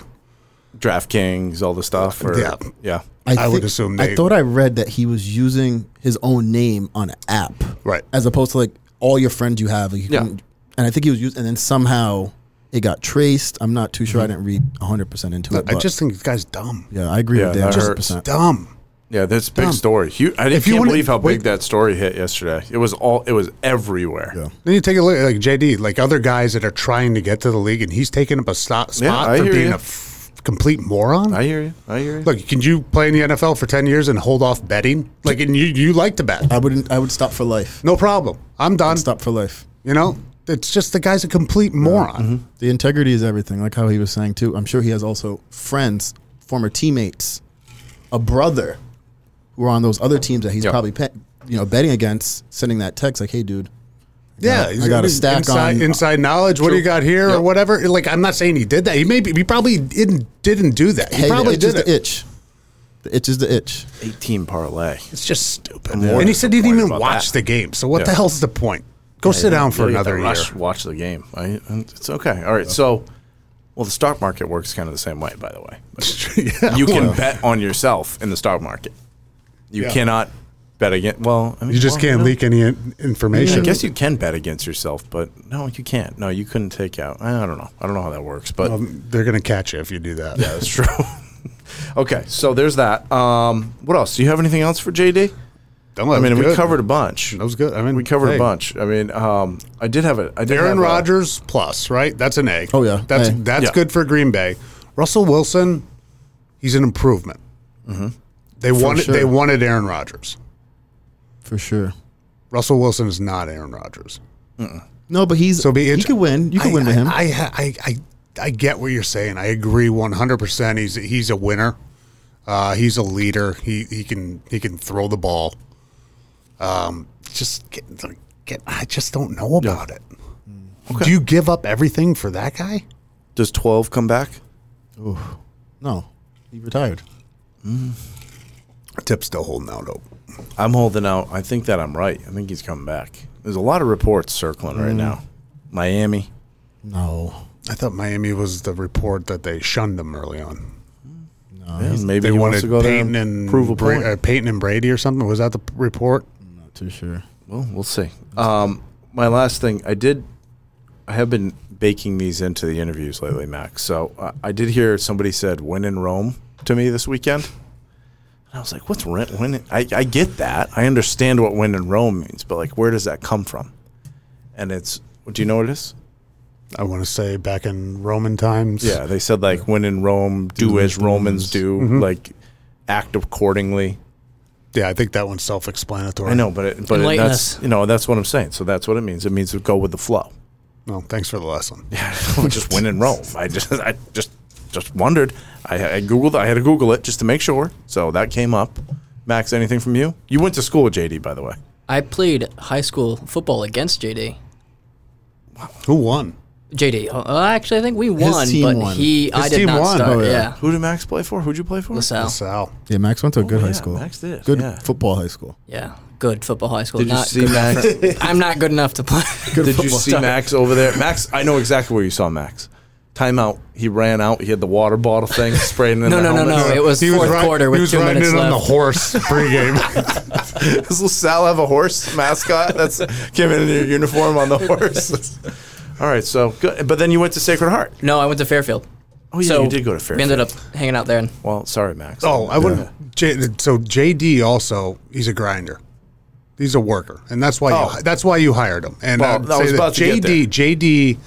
Speaker 5: DraftKings, all the stuff. Or,
Speaker 4: Yeah.
Speaker 5: Yeah.
Speaker 4: I would
Speaker 6: think-
Speaker 4: assume they-
Speaker 6: I thought I read that he was using his own name on an app,
Speaker 4: Right.
Speaker 6: As opposed to like all your friends you have. Like you
Speaker 5: Yeah.
Speaker 6: can, and I think he was using, and then somehow it got traced. I'm not too sure. I didn't read 100 percent into it.
Speaker 4: Mm-hmm. I
Speaker 6: but
Speaker 4: just think this guy's dumb.
Speaker 6: yeah, I agree
Speaker 5: Yeah,
Speaker 6: with that.
Speaker 5: that
Speaker 6: 100.
Speaker 5: hurts.
Speaker 6: percent
Speaker 4: Dumb.
Speaker 5: Yeah, that's a big
Speaker 4: Dumb.
Speaker 5: story. Huge. I
Speaker 4: If you
Speaker 5: can't
Speaker 4: wanna-
Speaker 5: believe how big
Speaker 4: wait-
Speaker 5: that story hit yesterday. It was all. It was everywhere.
Speaker 6: Yeah.
Speaker 4: Then you take a look at like JD, like other guys that are trying to get to the league, and he's taking up a stop,
Speaker 5: Yeah,
Speaker 4: spot
Speaker 5: I
Speaker 4: for
Speaker 5: hear
Speaker 4: being
Speaker 5: you.
Speaker 4: a f- complete moron.
Speaker 5: I hear you. I hear you.
Speaker 4: look, can you play in the NFL for ten years and hold off betting? Like, and you you like to bet?
Speaker 6: I wouldn't. I would stop for life.
Speaker 4: No problem. I'm done.
Speaker 6: Stop for life.
Speaker 4: You know, it's just the guy's a complete moron.
Speaker 5: Mm-hmm.
Speaker 6: The integrity is everything, like how he was saying too. I'm sure he has also friends, former teammates, a brother who are on those other teams that he's
Speaker 5: Yeah.
Speaker 6: probably pe- you know betting against, sending that text like, "Hey, dude,
Speaker 4: Yeah,
Speaker 6: I got a stack
Speaker 4: inside,
Speaker 6: on-
Speaker 4: inside knowledge. What do
Speaker 5: True.
Speaker 4: you got here or
Speaker 5: Yep.
Speaker 4: whatever? Like, I'm not saying he did that. He maybe he probably didn't didn't do that. He
Speaker 6: hey,
Speaker 4: probably
Speaker 6: the itch is
Speaker 4: did
Speaker 6: the
Speaker 4: it.
Speaker 6: itch. The itch is the itch."
Speaker 5: Eighteen parlay.
Speaker 4: It's just stupid.
Speaker 5: more
Speaker 4: And he said he didn't
Speaker 5: disappointed
Speaker 4: even
Speaker 5: about
Speaker 4: watch
Speaker 5: that.
Speaker 4: the game. So what
Speaker 5: Yeah.
Speaker 4: the hell's the point? Go sit down for
Speaker 5: You don't get
Speaker 4: another
Speaker 5: the
Speaker 4: year.
Speaker 5: rush, Watch the game. I, it's okay. All right. So, well, the stock market works kind of the same way, by the way.
Speaker 4: Yeah.
Speaker 5: you can bet on yourself in the stock market. You
Speaker 4: Yeah.
Speaker 5: cannot bet against. Well, I mean,
Speaker 4: You just
Speaker 5: well,
Speaker 4: can't
Speaker 5: no.
Speaker 4: leak any in-
Speaker 5: I
Speaker 4: information.
Speaker 5: guess you can bet against yourself, but no, you can't. No, you couldn't take out. I don't know. I don't know how that works, but
Speaker 4: Um, they're gonna catch you if you do that. Yeah,
Speaker 5: that's true. okay, so there's that. Um, what else? Do you have anything else for JD? I mean, we covered a bunch.
Speaker 4: That was good. I mean,
Speaker 5: we covered
Speaker 4: hey.
Speaker 5: a bunch. I mean, um, I did have a. I did
Speaker 4: Aaron
Speaker 5: have a-
Speaker 4: Rodgers plus, right? That's an A.
Speaker 6: Oh, yeah.
Speaker 4: that's
Speaker 6: A.
Speaker 4: that's
Speaker 5: Yeah.
Speaker 4: good for Green Bay. Russell Wilson, he's an improvement. They wanted
Speaker 6: sure.
Speaker 4: they wanted Aaron Rodgers.
Speaker 6: For sure.
Speaker 4: Russell Wilson is not Aaron Rodgers.
Speaker 6: No, but he's
Speaker 4: So be
Speaker 6: he
Speaker 4: int-
Speaker 6: could win. You could
Speaker 4: I-
Speaker 6: win with him.
Speaker 4: I, I I I I get what you're saying. I agree 100. percent He's he's a winner. Uh, he's a leader. He he can he can throw the ball. Um, just get, get I just don't know about it. Do you give up everything for that guy?
Speaker 5: Does 12 come back?
Speaker 6: No, he retired.
Speaker 4: Tip's still holding out hope.
Speaker 5: I'm holding out. I think that I'm right. I think he's coming back. There's a lot of reports circling
Speaker 4: Mm.
Speaker 5: right now. Miami.
Speaker 6: No,
Speaker 4: I thought Miami was the report that they shunned him early on.
Speaker 5: Yeah, maybe
Speaker 4: Uh, They
Speaker 5: he wants
Speaker 4: wanted
Speaker 5: to go there
Speaker 4: Peyton
Speaker 5: and,
Speaker 4: and
Speaker 5: prove a
Speaker 4: Bra-
Speaker 5: point.
Speaker 4: uh, Peyton and Brady or something. Was that the p- report?
Speaker 6: not too sure.
Speaker 5: Well, we'll see. Um, my last thing, I did, I have been baking these into the interviews lately, Max. So uh, I did hear somebody said "win in Rome" to me this weekend, and I was like, "What's rent win?" in-" I, I get that. I understand what "win in Rome" means, but like, where does that come from? And it's, do you know what it is?
Speaker 4: I want to say back in Roman times.
Speaker 5: Yeah, they said like "win in Rome, do, as Romans Mm-hmm. do," like act accordingly.
Speaker 4: yeah. I think that one's self-explanatory.
Speaker 5: I know, but it, but it,
Speaker 7: Enlighten
Speaker 5: that's
Speaker 7: us.
Speaker 5: you know that's what I'm saying. So that's what it means. It means to go with the flow.
Speaker 4: Well, thanks for the lesson.
Speaker 5: Well, just win in Rome. I just I just just wondered. I, I googled. I had to Google it just to make sure. So that came up. Max, anything from you? You went to school with JD, by the way.
Speaker 7: I played high school football against JD.
Speaker 4: Who won?
Speaker 7: JD, uh, actually, I think we won,
Speaker 6: team
Speaker 7: but
Speaker 6: won.
Speaker 7: he, I
Speaker 4: His
Speaker 7: did
Speaker 4: team
Speaker 7: not
Speaker 4: won.
Speaker 7: start.
Speaker 4: Oh, yeah.
Speaker 7: yeah.
Speaker 5: Who did Max play for? Who'd you play for?
Speaker 7: LaSalle.
Speaker 4: Sal.
Speaker 6: Yeah, Max went to a good
Speaker 5: Oh, yeah,
Speaker 6: high school.
Speaker 5: Max did,
Speaker 6: Good
Speaker 5: yeah.
Speaker 6: football high school.
Speaker 7: Yeah, good football high school.
Speaker 5: Did you
Speaker 7: not
Speaker 5: see
Speaker 7: good
Speaker 5: Max?
Speaker 7: enough for- I'm not good enough to play.
Speaker 5: Did you see Max over there? Max, I know exactly where you saw Max. Timeout. He ran out. He had the water bottle thing spraying in
Speaker 7: No,
Speaker 5: the
Speaker 7: no, no,
Speaker 5: helmet.
Speaker 7: no. It was
Speaker 4: He was
Speaker 7: fourth
Speaker 4: ri-
Speaker 7: quarter
Speaker 4: he
Speaker 7: with
Speaker 4: was
Speaker 7: two
Speaker 4: riding
Speaker 7: minutes
Speaker 4: in on the
Speaker 7: left.
Speaker 4: horse pregame.
Speaker 5: Does LaSalle have a horse mascot? That's came in your uniform on the horse. All right, so good. But then you went to Sacred Heart.
Speaker 7: no, I went to Fairfield.
Speaker 5: Oh yeah,
Speaker 7: so
Speaker 5: you did go to
Speaker 7: We
Speaker 5: Fairfield.
Speaker 7: ended up hanging out there. And
Speaker 5: Well, sorry, Max.
Speaker 4: oh, I wouldn't. J, so JD also he's a grinder. He's a worker, and that's why
Speaker 5: Oh.
Speaker 4: you, that's why you hired him. And
Speaker 5: Well,
Speaker 4: I'd
Speaker 5: I was
Speaker 4: say
Speaker 5: about to get
Speaker 4: JD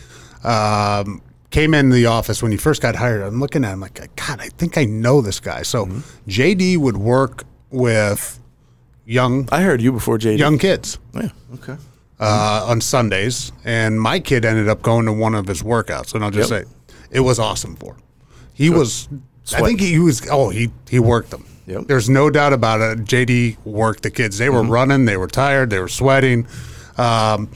Speaker 4: JD um, came in the office when he first got hired. I'm looking at him like, God, I think I know this guy. So
Speaker 5: Mm-hmm.
Speaker 4: JD would work with young
Speaker 5: I heard you before JD.
Speaker 4: young kids.
Speaker 5: Yeah. Okay.
Speaker 4: uh, on Sundays, and my kid ended up going to one of his workouts, and I'll just
Speaker 5: Yep.
Speaker 4: say it was awesome for him. He was, I think he was. Oh, he he worked them.
Speaker 5: Yep. Mm-hmm.
Speaker 4: There's no doubt about it. JD worked the kids. They were running. They were tired. They were sweating. Um,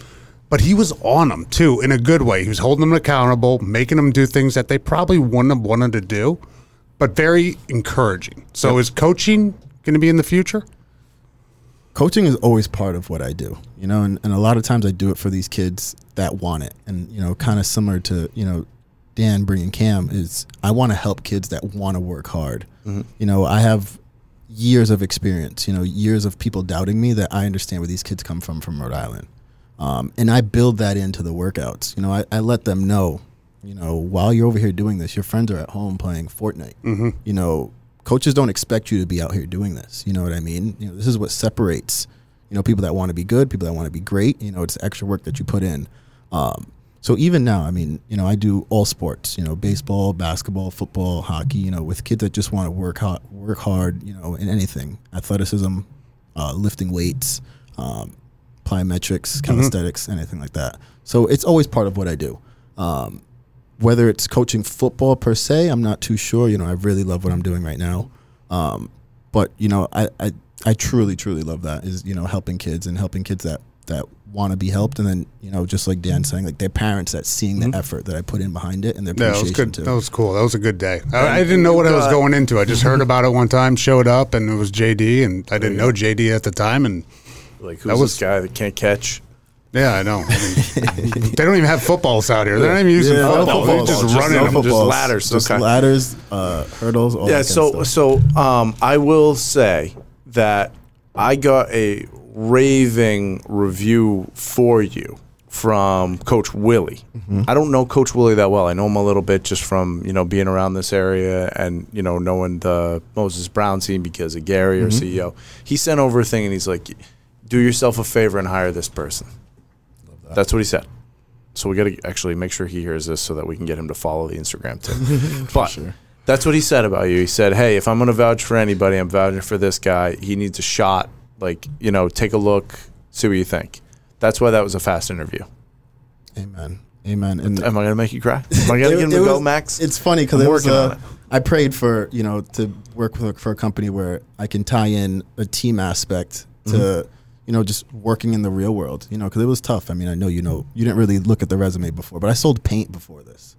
Speaker 4: but he was on them too in a good way. He was holding them accountable, making them do things that they probably wouldn't have wanted to do, but very encouraging. So is coaching going to be in the future?
Speaker 6: coaching is always part of what I do, you know, and, and a lot of times I do it for these kids that want it. And, you know, kind of similar to, you know, Dan bringing Cam is I want to help kids that want to work hard.
Speaker 4: Mm-hmm.
Speaker 6: You know, I have years of experience, you know, years of people doubting me that I understand where these kids come from, from Rhode Island. Um, and I build that into the workouts. You know, I, I let them know, you know, while you're over here doing this, your friends are at home playing Fortnite. You know, coaches don't expect you to be out here doing this. You know what I mean? You know, this is what separates, you know, people that want to be good, people that want to be great. You know, it's extra work that you put in. Um, so even now, I mean, you know, I do all sports, you know, baseball, basketball, football, hockey, you know, with kids that just want to work hard, work hard, you know, in anything, athleticism, uh, lifting weights, um, plyometrics,
Speaker 4: Mm-hmm.
Speaker 6: calisthenics, anything like that. So it's always part of what I do. Um, whether it's coaching football per se, I'm not too sure. You know, I really love what I'm doing right now. Um, but you know, I, I I truly truly love that is you know helping kids and helping kids that that want to be helped, and then you know just like Dan saying, like their parents that seeing the effort that I put in behind it and their
Speaker 4: Mm-hmm. Yeah, that
Speaker 6: appreciation
Speaker 4: was good.
Speaker 6: too.
Speaker 4: That was cool. That was a good day. I, I didn't know what I was going into. I just heard about it one time, showed up, and it was JD, and I didn't know JD at the time. And
Speaker 5: Like who's
Speaker 4: That was-
Speaker 5: this guy that can't catch?
Speaker 4: yeah, I know. I mean, they don't even have footballs out here. They're not even using
Speaker 6: Yeah, no
Speaker 4: footballs. They're
Speaker 6: footballs,
Speaker 4: just
Speaker 5: just
Speaker 4: running
Speaker 5: no
Speaker 4: them.
Speaker 5: football.
Speaker 4: Just-
Speaker 6: Footballs,
Speaker 5: ladders,
Speaker 6: just
Speaker 5: okay.
Speaker 6: ladders, uh, hurdles. All
Speaker 5: Yeah.
Speaker 6: that kind
Speaker 5: So
Speaker 6: of stuff.
Speaker 5: so um, I will say that I got a raving review for you from Coach Willie.
Speaker 6: Mm-hmm.
Speaker 5: I don't know Coach Willie that well. I know him a little bit just from you know being around this area and you know knowing the Moses Brown team because of Gary
Speaker 6: Mm-hmm.
Speaker 5: or CEO. He sent over a thing and he's like, "Do yourself a favor and hire this person." That's what he said. So we got to actually make sure he hears this so that we can get him to follow the Instagram too. but that's what he said about you. He said, "Hey, if I'm going to vouch for anybody, I'm vouching for this guy. He needs a shot. Like, you know, take a look, see what you think." That's why that was a fast interview.
Speaker 6: amen, amen. And
Speaker 5: Am I going to make you cry? Am I going to get him to
Speaker 6: was-
Speaker 5: go, Max?
Speaker 6: It's funny because
Speaker 5: I'm
Speaker 6: it was.
Speaker 5: working on
Speaker 6: Uh,
Speaker 5: it.
Speaker 6: I prayed for you know to work with, for a company where I can tie in a team aspect to
Speaker 5: Mm-hmm.
Speaker 6: you know just working in the real world. You know because it was tough. I mean I know you know you didn't really look at the resume before, but I sold paint before this.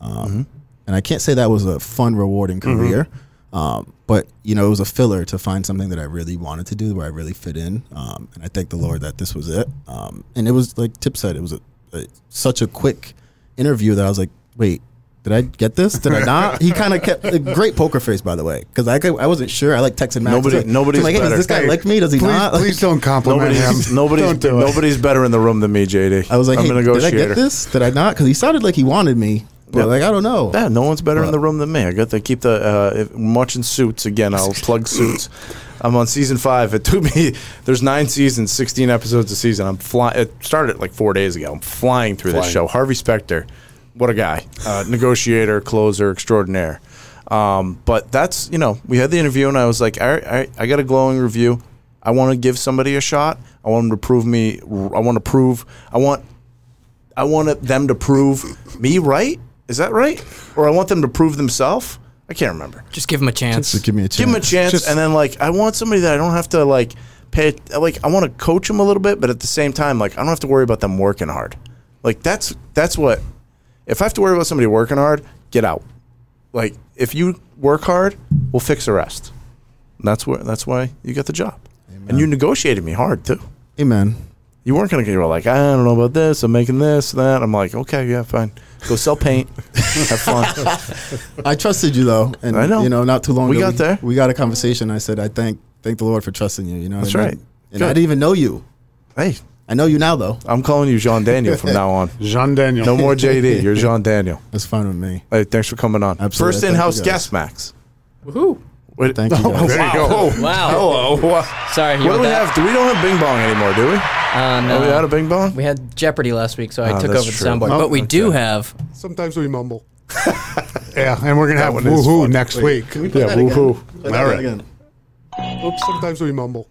Speaker 6: Um, and I can't say that was a fun, rewarding
Speaker 5: Mm-hmm.
Speaker 6: career. Um, but you know, it was a filler to find something that I really wanted to do, where I really fit in. Um, and I thank the Lord that this was it. Um, and it was like Tip said, it was a, a, such a quick interview that I was like, wait, did I get this? Did I not? he kind of kept a great poker face, by the way, because I, could- I wasn't sure. I like texted Max.
Speaker 5: Nobody-
Speaker 6: like,
Speaker 5: nobody's
Speaker 6: like, hey, does
Speaker 5: better.
Speaker 6: this guy
Speaker 5: Hey,
Speaker 6: like me? Does he
Speaker 4: Please,
Speaker 6: not? Like,
Speaker 4: please don't compliment
Speaker 5: Nobody's
Speaker 4: him.
Speaker 5: nobody's
Speaker 4: Don't do it.
Speaker 5: nobody's better in the room than me, JD.
Speaker 6: I was like,
Speaker 5: I'm
Speaker 6: hey,
Speaker 5: a
Speaker 6: did I
Speaker 5: negotiator.
Speaker 6: get this? Did I not? Because he sounded like he wanted me, but
Speaker 5: Yeah.
Speaker 6: like I don't know.
Speaker 5: Yeah, no one's better in the room than me. I got to keep the uh, if, I'm watching Suits again. I'll plug Suits. I'm on season five. It took me. There's nine seasons, sixteen episodes a season. I'm flying. It started like four days ago. I'm flying through this
Speaker 4: Flying.
Speaker 5: show. Harvey Specter, what a guy, uh, negotiator, closer extraordinaire. Um, but that's you know we had the interview and I was like, all right, all right I got a glowing review. I want to give somebody a shot. I want them to prove me. I want to prove. I want I want it- them to prove me right. Is that right? Or I want them to prove themselves. I can't remember.
Speaker 7: Just give him a chance.
Speaker 6: Just give me a chance.
Speaker 5: Give them a chance,
Speaker 4: Just-
Speaker 5: and then like I want somebody that I don't have to like pay. Like I want to coach them a little bit, but at the same time, like I don't have to worry about them working hard. Like that's that's what. If I have to worry about somebody working hard, get out. Like if you work hard, we'll fix the rest. And that's where that's why you got the job, and you negotiated me hard too
Speaker 6: Amen.
Speaker 5: you weren't gonna get you were like, I don't know about this, I'm making this, that. I'm like, okay, yeah, fine. Go sell paint. Have fun.
Speaker 6: I trusted you though, and
Speaker 5: I know.
Speaker 6: you know not too long
Speaker 5: We
Speaker 6: ago
Speaker 5: got there.
Speaker 6: We got a conversation. I said I thank thank the Lord for trusting you. You know what
Speaker 5: That's
Speaker 6: I mean?
Speaker 5: right.
Speaker 6: And
Speaker 5: Good.
Speaker 6: I didn't even know you.
Speaker 5: hey,
Speaker 6: I know you now though.
Speaker 5: I'm calling you Jean Daniel from now on.
Speaker 4: Jean Daniel.
Speaker 5: No more JD. You're Jean Daniel.
Speaker 6: That's fine with me.
Speaker 5: Hey, thanks for coming on.
Speaker 6: Absolutely.
Speaker 5: First
Speaker 6: Thank
Speaker 5: in house
Speaker 6: you guys.
Speaker 5: guest, Max.
Speaker 7: Woohoo.
Speaker 5: Wait,
Speaker 6: Thank you, guys.
Speaker 4: There you
Speaker 5: wow.
Speaker 4: go.
Speaker 7: Wow.
Speaker 5: Hello.
Speaker 7: Sorry,
Speaker 5: Oh. What
Speaker 7: you
Speaker 5: do
Speaker 7: want
Speaker 5: we
Speaker 7: that?
Speaker 5: have? Do we don't have Bing Bong anymore, do we?
Speaker 7: Uh,
Speaker 5: Are
Speaker 7: no.
Speaker 5: we out of Bing Bong?
Speaker 7: We had Jeopardy last week, so I
Speaker 5: Ah,
Speaker 7: took
Speaker 5: that's
Speaker 7: over the
Speaker 5: true.
Speaker 7: soundboard.
Speaker 5: Oh,
Speaker 7: but we do have
Speaker 4: Sometimes we mumble. yeah, and we're gonna have
Speaker 5: one is
Speaker 4: woohoo
Speaker 5: fun.
Speaker 4: next week.
Speaker 5: Yeah, woohoo.
Speaker 4: All right. Oops, sometimes we mumble.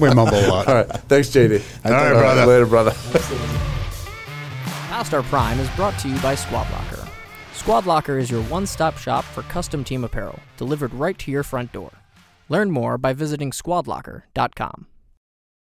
Speaker 4: we mumble a lot.
Speaker 5: All right. Thanks, JD.
Speaker 4: All right, brother.
Speaker 5: Later, brother.
Speaker 8: Milestar Prime is brought to you by Squad Locker. Squad Locker is your one stop shop for custom team apparel, delivered right to your front door. Learn more by visiting squadlocker.com.